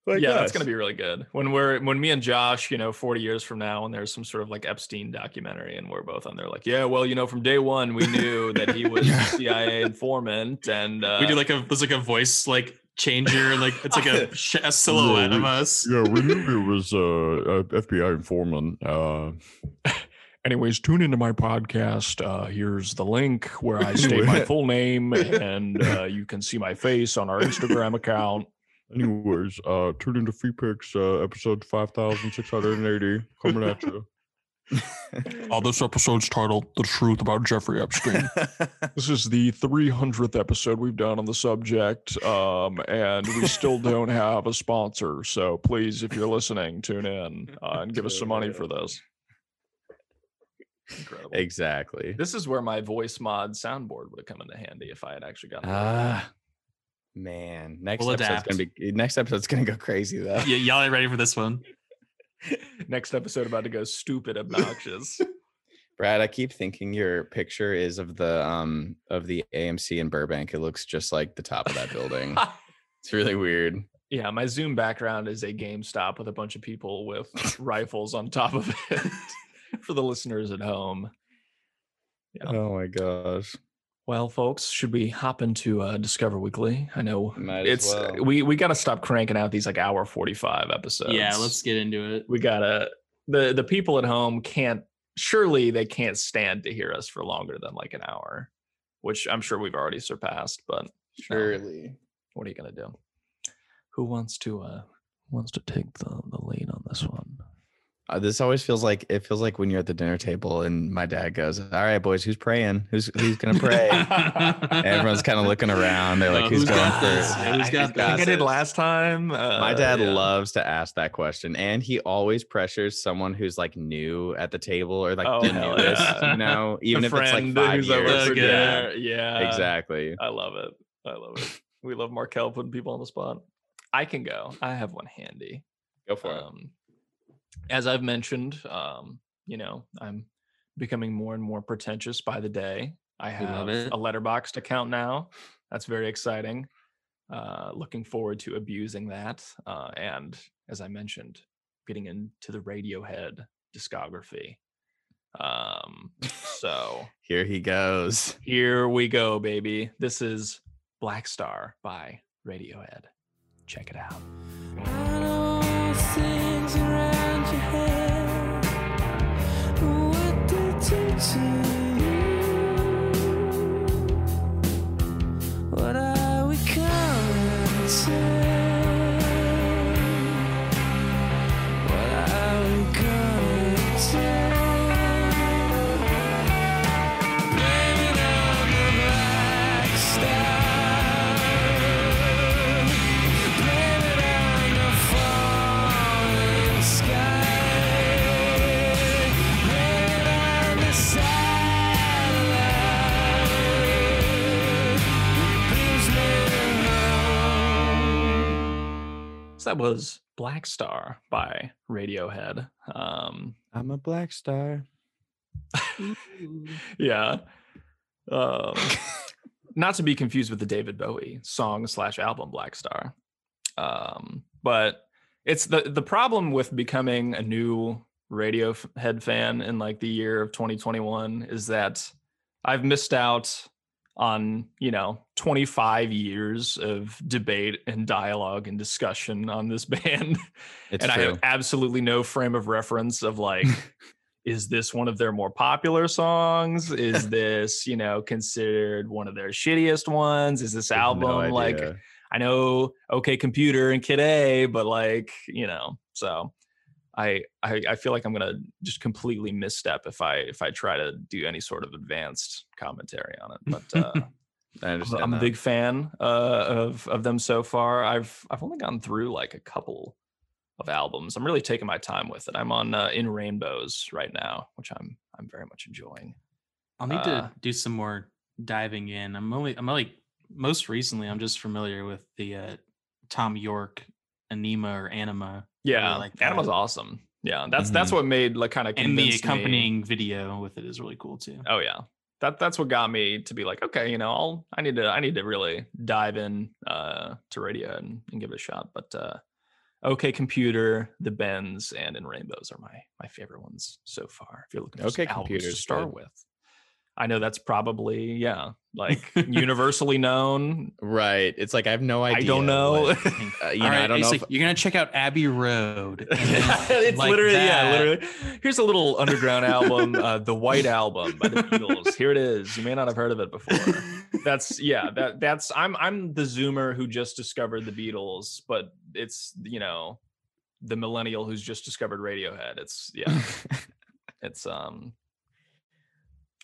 Speaker 2: yeah, that's gonna be really good. When we're when me and Josh, you know, 40 years from now, and there's some sort of like Epstein documentary and we're both on there like, yeah, well, you know, from day one we knew that he was a CIA informant and uh
Speaker 4: we do like a there's like a voice like changer like it's like a, sh- a silhouette of us.
Speaker 5: Yeah, we knew it was uh, a FBI informant. Uh, Anyways, tune into my podcast. Uh, here's the link
Speaker 2: uh,
Speaker 5: where I state my full name, and uh, you can see my face on our Instagram account. Anyways, uh, tune into Free Picks, uh, episode 5680, coming at you. Uh, this episode's titled The Truth About Jeffrey Epstein. This is the 300th episode we've done on the subject, um, and we still don't have a sponsor. So please, if you're listening, tune in uh, and give us some money for this.
Speaker 2: incredible.
Speaker 3: exactly.
Speaker 2: This is where my voice mod soundboard would have come into handy if I had actually gotten.
Speaker 3: Ah, man. Next
Speaker 4: We'll
Speaker 3: episode's gonna
Speaker 4: adapt.
Speaker 3: be next episode's gonna go crazy though.
Speaker 4: Y- y'all ain't ready for this one.
Speaker 2: Next episode about to go stupid obnoxious.
Speaker 3: Brad, I keep thinking your picture is of the um of the AMC in Burbank. It looks just like the top of that building. it's really weird.
Speaker 2: yeah, my Zoom background is a GameStop with a bunch of people with rifles on top of it. For the listeners at home, Yeah.
Speaker 3: Oh my gosh.
Speaker 2: well, folks, should we hop into uh, Discover Weekly? I know
Speaker 3: Might as
Speaker 2: it's
Speaker 3: well.
Speaker 2: we we got to stop cranking out these like hour forty five episodes.
Speaker 4: yeah, let's get into it.
Speaker 2: we gotta the the people at home can't surely they can't stand to hear us for longer than like an hour which i'm sure we've already surpassed but
Speaker 3: Surely.
Speaker 2: what are you gonna do who wants to uh wants to take the the lead on this one
Speaker 3: Uh, this always feels like it feels like when you're at the dinner table and my dad goes, "All right, boys, who's praying? Who's who's gonna pray?" Everyone's kind of looking around. They're like,
Speaker 4: Uh,
Speaker 3: "Who's
Speaker 4: who's
Speaker 3: going
Speaker 4: got this?
Speaker 3: first?"
Speaker 4: Yeah, who's
Speaker 2: I-
Speaker 4: got
Speaker 2: I think I
Speaker 3: this?
Speaker 2: did last time. Uh,
Speaker 3: My dad
Speaker 2: yeah.
Speaker 3: loves to ask that question, and he always pressures someone who's like new at the table or like
Speaker 2: Oh,
Speaker 3: the
Speaker 2: hell
Speaker 3: newest,
Speaker 2: yeah.
Speaker 3: you know,
Speaker 2: The
Speaker 3: even if it's like
Speaker 2: friend
Speaker 3: five
Speaker 2: who's
Speaker 3: years.
Speaker 2: over for
Speaker 4: Yeah.
Speaker 2: dinner. Yeah,
Speaker 3: Exactly.
Speaker 2: I love it. I love it. We love Markel putting people on the spot. I can go. I have one handy.
Speaker 3: Go for it.
Speaker 2: Um, as I've mentioned, um, you know, I'm becoming more and more pretentious by the day. I
Speaker 4: We
Speaker 2: have
Speaker 4: love it.
Speaker 2: a letterboxed account now. That's very exciting. Uh, looking forward to abusing that. Uh, and as I mentioned, getting into the Radiohead discography. Um, so
Speaker 3: Here he goes.
Speaker 2: here we go, baby. This is Black Star by Radiohead. Check it out.
Speaker 6: What are we coming to? What are we coming to? Blame it on the black star. Blame it on the falling sky. Blame it on the satellite. Please let it know.
Speaker 2: So that was Black Star by Radiohead. Um,
Speaker 3: I'm a black star.
Speaker 2: yeah. Um, not to be confused with the David Bowie song slash album Black Star. Um, but it's the the problem with becoming a new Radiohead fan in like the year of 2021 is that I've missed out on you know 25 years of debate and dialogue and discussion on this band
Speaker 3: It's
Speaker 2: and I
Speaker 3: true.
Speaker 2: have absolutely no frame of reference of like, is this one of their more popular songs? Is this, you know, considered one of their shittiest ones? Is this
Speaker 3: I have
Speaker 2: album
Speaker 3: no
Speaker 2: like
Speaker 3: idea.
Speaker 2: I know okay computer and kid A, but like, you know, so I, I I feel like I'm gonna just completely misstep if I if I try to do any sort of advanced commentary on it. But uh
Speaker 3: I
Speaker 2: I'm a-
Speaker 3: understand.
Speaker 2: I'm a
Speaker 3: that.
Speaker 2: big fan uh, of of them so far. I've I've only gone through like a couple of albums. I'm really taking my time with it. I'm on uh, In Rainbows right now, which I'm I'm very much enjoying.
Speaker 4: I'll need
Speaker 2: Uh,
Speaker 4: to do some more diving in. I'm only I'm like most recently I'm just familiar with the uh Tom York anima or anima
Speaker 2: Yeah,
Speaker 4: like that.
Speaker 2: Anima's awesome. Yeah, that's that's
Speaker 4: Mhm.
Speaker 2: what made like kind of
Speaker 4: and the accompanying video with it is really cool too.
Speaker 3: Uh,
Speaker 2: Oh yeah. That that's what got me to be like, okay, you know, I'll I need to I need to really dive in uh to radio and, and give it a shot. But uh okay computer, the bends, and in rainbows are my my favorite ones so far. If you're looking for
Speaker 3: OK
Speaker 2: some albums to
Speaker 3: Computer's
Speaker 2: start
Speaker 3: good.
Speaker 2: with. I know that's probably, yeah, like universally known.
Speaker 3: Right. It's like I have no idea.
Speaker 2: I don't know.
Speaker 3: like, uh, you know, I don't know.
Speaker 4: it's
Speaker 3: If,
Speaker 4: like, you're gonna check out Abbey Road. and then
Speaker 2: it's
Speaker 4: like
Speaker 2: literally yeah
Speaker 4: that,
Speaker 2: literally here's a little underground album uh, the white album by the beatles here it is you may not have heard of it before that's yeah that that's i'm i'm the zoomer who just discovered the beatles but it's you know the millennial who's just discovered radiohead it's yeah it's um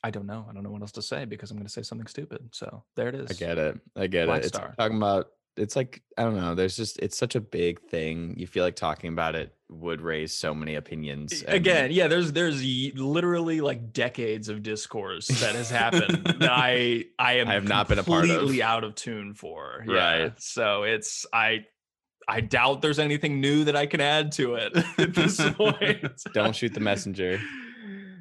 Speaker 2: i don't know i don't know what else to say because i'm going to say something stupid so there it is
Speaker 3: I get it. I get
Speaker 2: Black
Speaker 3: it. It's
Speaker 2: Star.
Speaker 3: talking about. It's like I don't know. There's just it's such a big thing. You feel like talking about it would raise so many opinions. and-
Speaker 2: E, again yeah there's there's ye- literally like decades of discourse that has happened that i i am
Speaker 3: I have not been a part of.
Speaker 2: completely out of tune for yeah
Speaker 3: Right.
Speaker 2: so it's i i doubt there's anything new that i can add to it at this point
Speaker 3: don't shoot the messenger.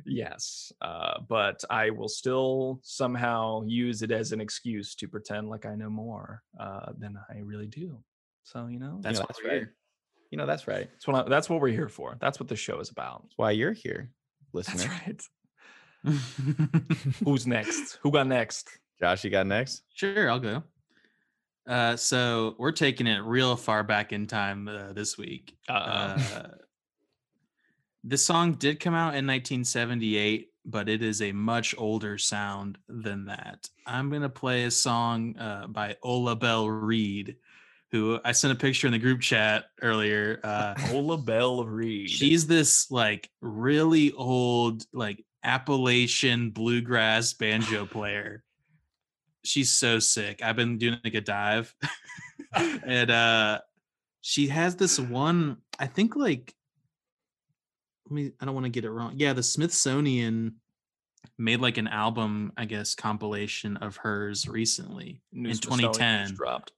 Speaker 2: yes uh, but i will still somehow use it as an excuse to pretend like i know more uh, than i really do so you know
Speaker 4: That's
Speaker 3: you know,
Speaker 4: what
Speaker 3: that's
Speaker 4: we're
Speaker 3: right.
Speaker 4: here.
Speaker 3: You know that's right.
Speaker 2: that's what I, that's what we're here for that's what the show is about
Speaker 3: That's why you're here, listener.
Speaker 2: that's right Who's next? Who got next?
Speaker 3: Josh, you got next.
Speaker 4: Sure, I'll go. Uh, so we're taking it real far back in time uh, this week.
Speaker 2: Uh,
Speaker 4: Uh, the song did come out in 1978, but it is a much older sound than that. I'm gonna play a song uh, by Ola Bell Reed, who I sent a picture in the group chat earlier. Uh,
Speaker 2: Ola Bell Reed.
Speaker 4: she's this like really old like appalachian bluegrass banjo player she's so sick i've been doing like a dive and uh she has this one i think like let me i don't want to get it wrong yeah the smithsonian made like an album i guess compilation of hers recently
Speaker 2: New
Speaker 4: in
Speaker 2: Smithsonian just
Speaker 4: 2010.
Speaker 2: dropped.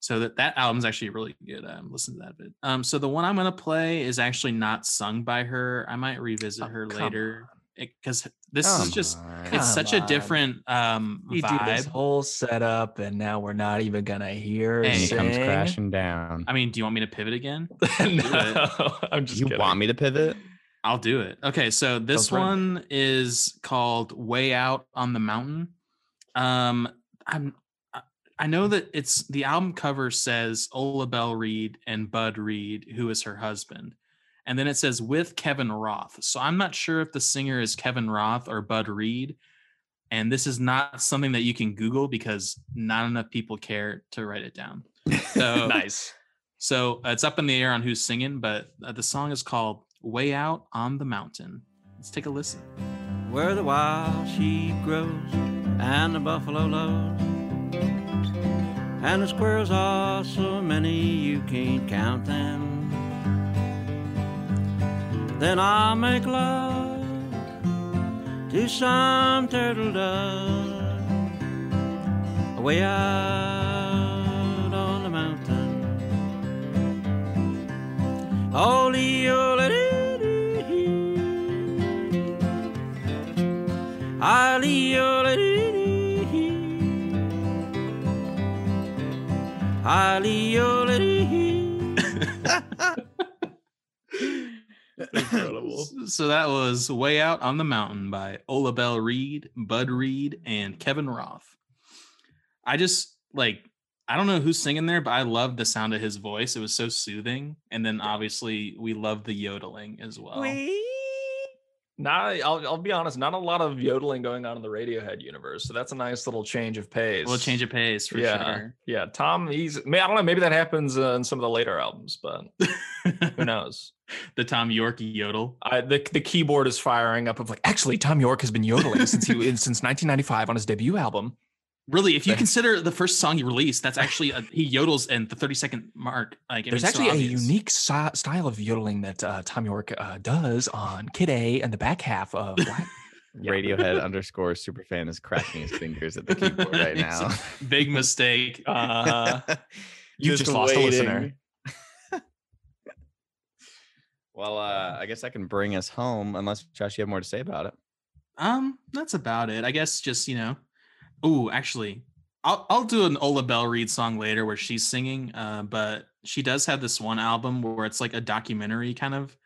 Speaker 4: So that that album's actually really good. Um, listen to that bit. Um, so the one I'm gonna play is actually not sung by her. I might revisit
Speaker 2: Oh,
Speaker 4: her
Speaker 2: come
Speaker 4: later because this
Speaker 3: Come
Speaker 4: is just
Speaker 3: on.
Speaker 4: it's such a
Speaker 2: on.
Speaker 4: different um
Speaker 2: You do this
Speaker 4: vibe.
Speaker 2: whole setup, and now we're not even gonna hear.
Speaker 4: Hey.
Speaker 3: And he comes
Speaker 2: sing.
Speaker 3: crashing down.
Speaker 4: I mean, do you want me to pivot again?
Speaker 2: no, I'm just
Speaker 3: You
Speaker 2: kidding.
Speaker 3: want me to pivot?
Speaker 4: I'll do it. Okay, so this
Speaker 2: threaten
Speaker 4: one is called "Way Out on the Mountain." Um, I'm I- I know that it's the album cover says Ola Bell Reed and Bud Reed, who is her husband, and then it says with Kevin Roth. So I'm not sure if the singer is Kevin Roth or Bud Reed, and this is not something that you can Google because not enough people care to write it down. So
Speaker 2: nice.
Speaker 4: so uh, it's up in the air on who's singing, but uh, the song is called Way Out on the Mountain. Let's take a listen.
Speaker 6: where the wild sheep grows and the buffalo lows. And the squirrels are so many you can't count them. Then I'll make love to some turtle dove way out on the mountain. Holy, oh, Ali ola dee dee hee. Ali ola dee hee.
Speaker 2: Incredible.
Speaker 4: So that was Way Out on the Mountain by Ola Bell Reed, Bud Reed, and Kevin Roth. I just like, I don't know who's singing there, but I love the sound of his voice. It was so soothing. And then obviously, we love the yodeling as well.
Speaker 2: Not, I'll, I'll be honest, not a lot of yodeling going on in the Radiohead universe. So that's a nice little change of pace.
Speaker 4: We'll change of pace for
Speaker 2: yeah.
Speaker 4: sure.
Speaker 2: Yeah. Tom, he's, may, I don't know, maybe that happens uh, in some of the later albums, but who knows?
Speaker 4: the Tom York yodel.
Speaker 2: I, the, the keyboard is firing up of like, actually, Tom York has been yodeling since he since 1995 on his debut album.
Speaker 4: Really, if you
Speaker 2: Thanks.
Speaker 4: consider the first song he released, that's actually a, he yodels in the 30 second mark. Like, I
Speaker 2: There's
Speaker 4: mean, it's so
Speaker 2: actually a
Speaker 4: obvious.
Speaker 2: unique si- style of yodeling that uh, Tom York uh, does on Kid A and the back half of Black. Yeah.
Speaker 3: Radiohead underscore superfan is cracking his fingers at the keyboard right
Speaker 4: It's
Speaker 3: now.
Speaker 4: big mistake.
Speaker 2: Uh, you just lost a listener.
Speaker 3: waiting. well, uh, I guess I can bring us home unless Josh, you have more to say about it.
Speaker 4: Um, that's about it. I guess just you know. Oh, actually, I'll I'll do an Ola Bell Reed song later where she's singing. Uh, but she does have this one album where it's like a documentary kind of,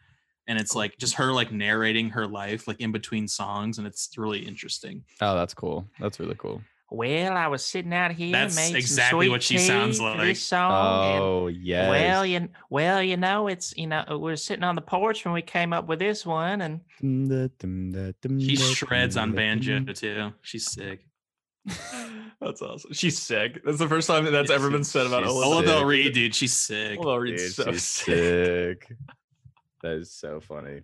Speaker 4: and it's like just her like narrating her life like in between songs, and it's really interesting.
Speaker 3: Oh, that's cool. That's really cool.
Speaker 7: Well, I was sitting out here.
Speaker 4: That's
Speaker 7: made some
Speaker 4: exactly
Speaker 7: sweet
Speaker 4: what she sounds
Speaker 7: tea for
Speaker 4: like.
Speaker 7: This song. and-
Speaker 3: Oh, yes.
Speaker 7: Well, you well, you know, it's you know, we were sitting on the porch when we came up with this one, and
Speaker 4: She
Speaker 3: She
Speaker 4: shreds on banjo too. She's sick.
Speaker 2: That's awesome. She's sick. That's the first time that that's
Speaker 4: Yeah,
Speaker 2: ever been said about
Speaker 3: she's
Speaker 2: Ola.
Speaker 4: Ola
Speaker 3: sick.
Speaker 4: Bell Reed, dude, she's sick.
Speaker 2: Ola
Speaker 3: Dude,
Speaker 2: Reed's so
Speaker 3: she's
Speaker 2: sick.
Speaker 3: sick. That is so funny.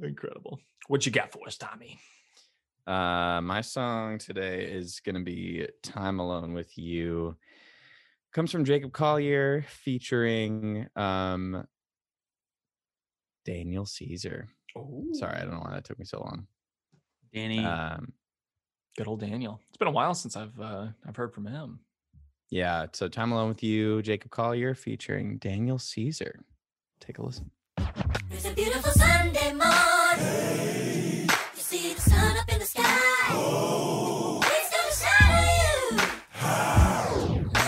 Speaker 2: Incredible. What you got for us, Tommy?
Speaker 3: Uh, my song today is gonna be "Time Alone with You." Comes from Jacob Collier, featuring um Daniel Caesar. Sorry, I don't know why that took me so long.
Speaker 4: Danny,
Speaker 3: Um,
Speaker 2: Good old Daniel. It's been a while since I've uh, I've heard from him.
Speaker 3: yeah, so "Time Alone with You," Jacob Collier, featuring Daniel Caesar. Take a listen.
Speaker 8: It's a beautiful Sunday morning. You see the sun up in the sky. It's gonna shine on you.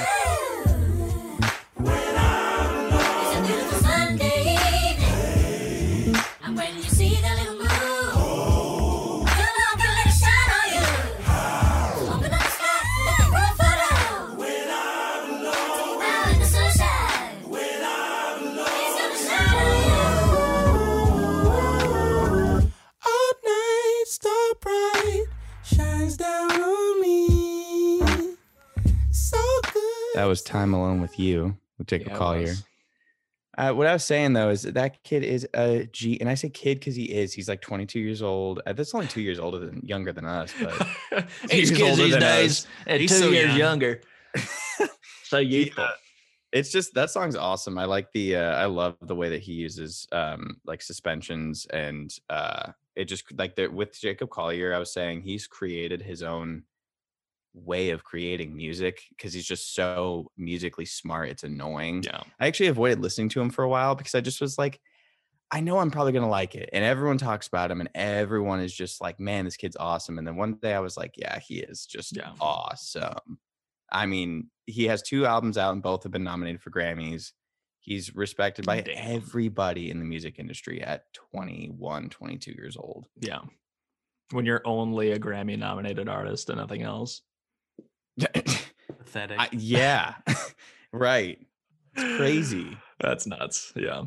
Speaker 8: Ooh. It's a beautiful Sunday evening. And when you see that little moon, you know I'm gonna let it shine on you. So open up the sky, let the world photo. We're out in the sunshine. It's gonna shine on you.
Speaker 6: Old night star bright shines down on me. So good.
Speaker 3: That was "Time Alone with You" with Jacob
Speaker 2: Yeah, it
Speaker 3: Collier.
Speaker 2: was.
Speaker 3: Uh, what I was saying though is that, that kid is a G, and I say kid because he is. He's like 22 years old. Uh, That's only two years older than younger than us, but years
Speaker 2: He's kids
Speaker 3: older
Speaker 2: these
Speaker 3: than us.
Speaker 2: days. and
Speaker 4: He's
Speaker 2: two
Speaker 4: so
Speaker 2: years
Speaker 4: young.
Speaker 2: younger. so youthful.
Speaker 3: it's just that song's awesome. I like the uh, I love the way that he uses um like suspensions and uh it just like the, with Jacob Collier, I was saying he's created his own way of creating music because he's just so musically smart. It's annoying.
Speaker 2: Yeah.
Speaker 3: I actually avoided listening to him for a while because I just was like, I know I'm probably gonna like it. And everyone talks about him and everyone is just like, man, this kid's awesome. And then one day I was like, yeah, he is just
Speaker 2: Yeah.
Speaker 3: awesome. I mean, he has two albums out and both have been nominated for Grammys. He's respected by
Speaker 2: Damn.
Speaker 3: everybody in the music industry at 21, 22 years old.
Speaker 2: Yeah. When you're only a Grammy nominated artist and nothing else.
Speaker 4: Pathetic.
Speaker 3: I- yeah. right. It's crazy.
Speaker 2: That's nuts. Yeah.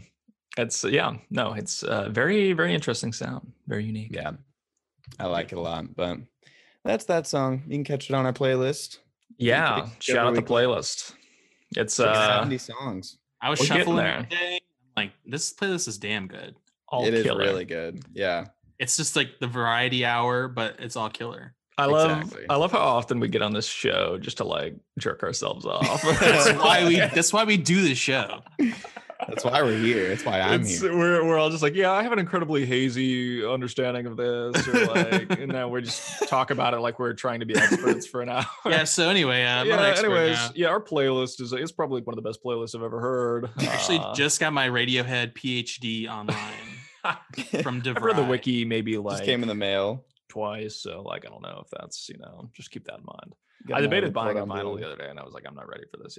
Speaker 2: It's yeah, no, it's uh, very, very interesting sound. Very unique.
Speaker 3: Yeah. I like it a lot, but that's that song. You can catch it on our playlist.
Speaker 2: Yeah.
Speaker 3: Discover
Speaker 2: Shout out the
Speaker 3: Weekly.
Speaker 2: playlist. It's
Speaker 3: It's like
Speaker 2: uh
Speaker 3: 70 songs.
Speaker 4: I was
Speaker 2: We're getting
Speaker 4: shuffling
Speaker 2: there.
Speaker 4: today. I'm like, this playlist is damn good.
Speaker 2: all
Speaker 3: it is
Speaker 2: killer.
Speaker 3: really good. Yeah.
Speaker 4: It's just like the variety hour, but it's all killer.
Speaker 2: I love
Speaker 3: Exactly.
Speaker 2: I love how often we get on this show just to like jerk ourselves off.
Speaker 4: That's why we that's why we do this show.
Speaker 3: That's why we're here. That's why I'm
Speaker 2: It's-
Speaker 3: here.
Speaker 2: We're, we're all just like, yeah, I have an incredibly hazy understanding of this, or like, and now we just talk about it like we're trying to be experts for an hour.
Speaker 4: Yeah. So anyway, uh, I'm
Speaker 2: Yeah,
Speaker 4: not an expert
Speaker 2: anyways,
Speaker 4: now.
Speaker 2: yeah, our playlist is it's probably one of the best playlists I've ever heard.
Speaker 4: I actually
Speaker 2: Uh,
Speaker 4: just got my Radiohead PhD online from DeVry.
Speaker 2: I've read the wiki maybe
Speaker 3: Just
Speaker 2: like
Speaker 3: came in the mail.
Speaker 2: twice, so like I don't know if that's you know just keep that in mind.
Speaker 3: Got
Speaker 2: I
Speaker 3: my
Speaker 2: debated
Speaker 3: report
Speaker 2: buying a
Speaker 3: on
Speaker 2: vinyl
Speaker 3: Blue.
Speaker 2: the other day, and I was like, I'm not ready for this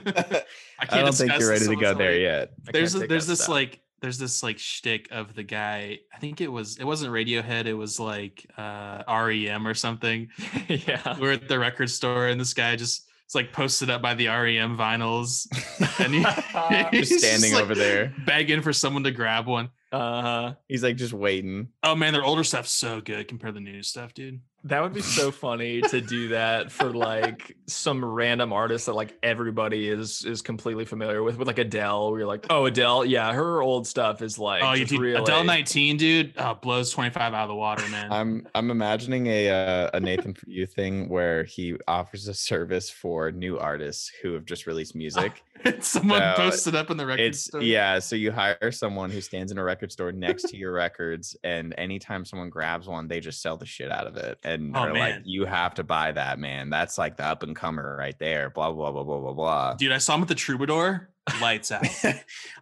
Speaker 4: I,
Speaker 3: I don't think
Speaker 4: discuss this
Speaker 3: you're ready to
Speaker 4: unless
Speaker 3: go
Speaker 4: I'm
Speaker 3: there
Speaker 4: like-
Speaker 3: yet.
Speaker 2: I
Speaker 4: There's
Speaker 2: can't
Speaker 4: a,
Speaker 2: take
Speaker 4: there's
Speaker 2: that
Speaker 4: this
Speaker 2: step.
Speaker 4: like there's this like shtick of the guy. I think it was it wasn't Radiohead. It was like uh, REM or something.
Speaker 2: yeah.
Speaker 4: We're at the record store and this guy just it's like posted up by the REM vinyls and he, he's
Speaker 3: Just standing
Speaker 4: like,
Speaker 3: over there.
Speaker 4: begging for someone to grab one.
Speaker 2: Uh,
Speaker 3: He's like just waiting.
Speaker 4: Oh man, their older stuff's so good compared to the new stuff, dude.
Speaker 2: That would be so funny to do that for like some random artist that like everybody is is completely familiar with, with like Adele. Where you're like, oh Adele, yeah, her old stuff is like
Speaker 4: oh, you
Speaker 2: just
Speaker 4: dude,
Speaker 2: really
Speaker 4: Adele 19, dude, oh, blows 25 out of the water, man.
Speaker 3: I'm I'm imagining a uh, a Nathan for you thing where he offers a service for new artists who have just released music.
Speaker 4: Someone
Speaker 3: No,
Speaker 4: posted up in the record
Speaker 3: it's
Speaker 4: store.
Speaker 3: yeah so you hire someone who stands in a record store next to your records and anytime someone grabs one they just sell the shit out of it and
Speaker 4: Oh,
Speaker 3: they're like
Speaker 4: man.
Speaker 3: you have to buy that man that's like the up and comer right there blah blah blah blah blah blah
Speaker 4: Dude, I saw him at the Troubadour. Lights out.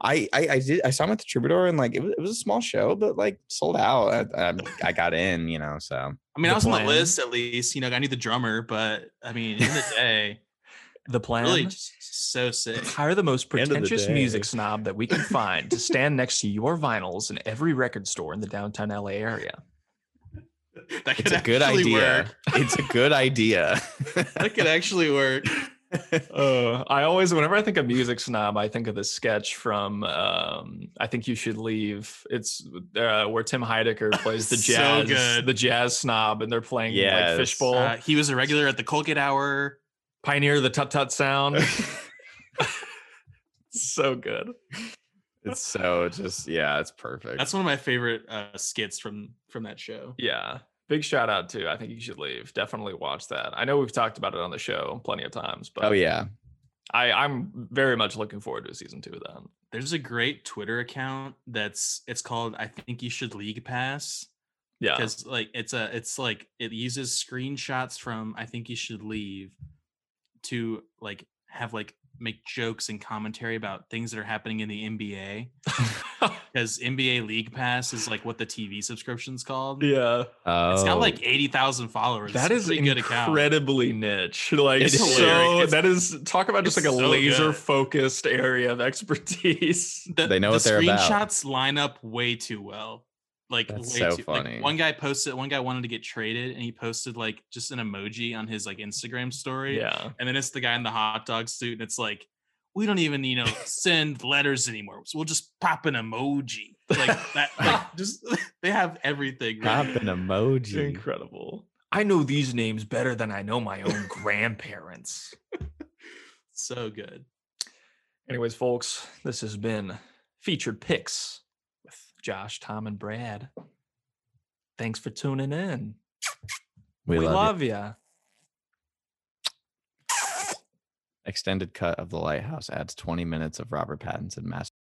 Speaker 3: I, I i did i saw him at the troubadour and like it was, it was a small show but like sold out I, I, I got in you know so
Speaker 4: I mean,
Speaker 2: The
Speaker 4: I was on
Speaker 2: plan.
Speaker 4: the list at least. You know, I knew the drummer, but I mean, in the day,
Speaker 2: the plan.
Speaker 4: really just so sick.
Speaker 2: Hire the most
Speaker 3: End of the
Speaker 2: pretentious music
Speaker 3: day.
Speaker 2: snob that we can find to stand next to your vinyls in every record store in the downtown LA area.
Speaker 4: That could
Speaker 3: it's a good
Speaker 4: actually
Speaker 3: idea
Speaker 4: Work.
Speaker 3: it's a good idea
Speaker 4: That could actually work.
Speaker 2: Uh, I always, whenever I think of music snob, I think of the sketch from um, "I Think You Should Leave." It's uh, where Tim Heidecker plays the
Speaker 4: So
Speaker 2: jazz,
Speaker 4: good.
Speaker 2: the jazz snob, and they're playing
Speaker 3: Yes.
Speaker 2: like fishbowl,
Speaker 4: Uh, he was a regular at the Colgate Hour.
Speaker 2: pioneer of the tut tut sound. so good.
Speaker 3: it's so just yeah it's perfect
Speaker 4: That's one of my favorite uh, skits from from that show.
Speaker 2: Yeah. Big shout out to I think you should leave. Definitely watch that. I know we've talked about it on the show plenty of times, but
Speaker 3: oh yeah
Speaker 2: I, I'm very much looking forward to season two of that.
Speaker 4: There's a great Twitter account that's it's called I think you should league pass.
Speaker 2: Yeah.
Speaker 4: because like it's a it's like it uses screenshots from i think you should leave to like have like make jokes and commentary about things that are happening in the nba because nba league pass is like what the tv subscription's called
Speaker 2: yeah.
Speaker 3: oh.
Speaker 4: it's got like 80000 followers
Speaker 2: That
Speaker 4: It's
Speaker 2: is
Speaker 4: a pretty
Speaker 2: incredibly niche. Like
Speaker 3: It's
Speaker 2: so,
Speaker 4: hilarious.
Speaker 2: that is talk about just
Speaker 4: It's
Speaker 2: like a
Speaker 4: so good.
Speaker 2: laser focused area of expertise.
Speaker 4: the,
Speaker 3: They know
Speaker 4: the
Speaker 3: what they're about.
Speaker 4: screenshots line up way too well like
Speaker 3: That's
Speaker 4: way
Speaker 3: so
Speaker 4: too,
Speaker 3: funny.
Speaker 4: Like, one guy posted one guy wanted to get traded and he posted like just an emoji on his like instagram story
Speaker 2: Yeah,
Speaker 4: and then it's the guy in the hot dog suit, and it's like, we don't even, you know, send letters anymore. So we'll just pop an emoji. Like that, like, just they have everything.
Speaker 3: Pop
Speaker 4: ready.
Speaker 3: an emoji
Speaker 2: incredible. I know these names better than I know my own grandparents.
Speaker 4: So good.
Speaker 2: Anyways, folks, this has been featured picks with Josh, Tom, and Brad. Thanks for tuning in. We, love, ya.
Speaker 3: extended cut of the lighthouse adds 20 minutes of robert pattinson master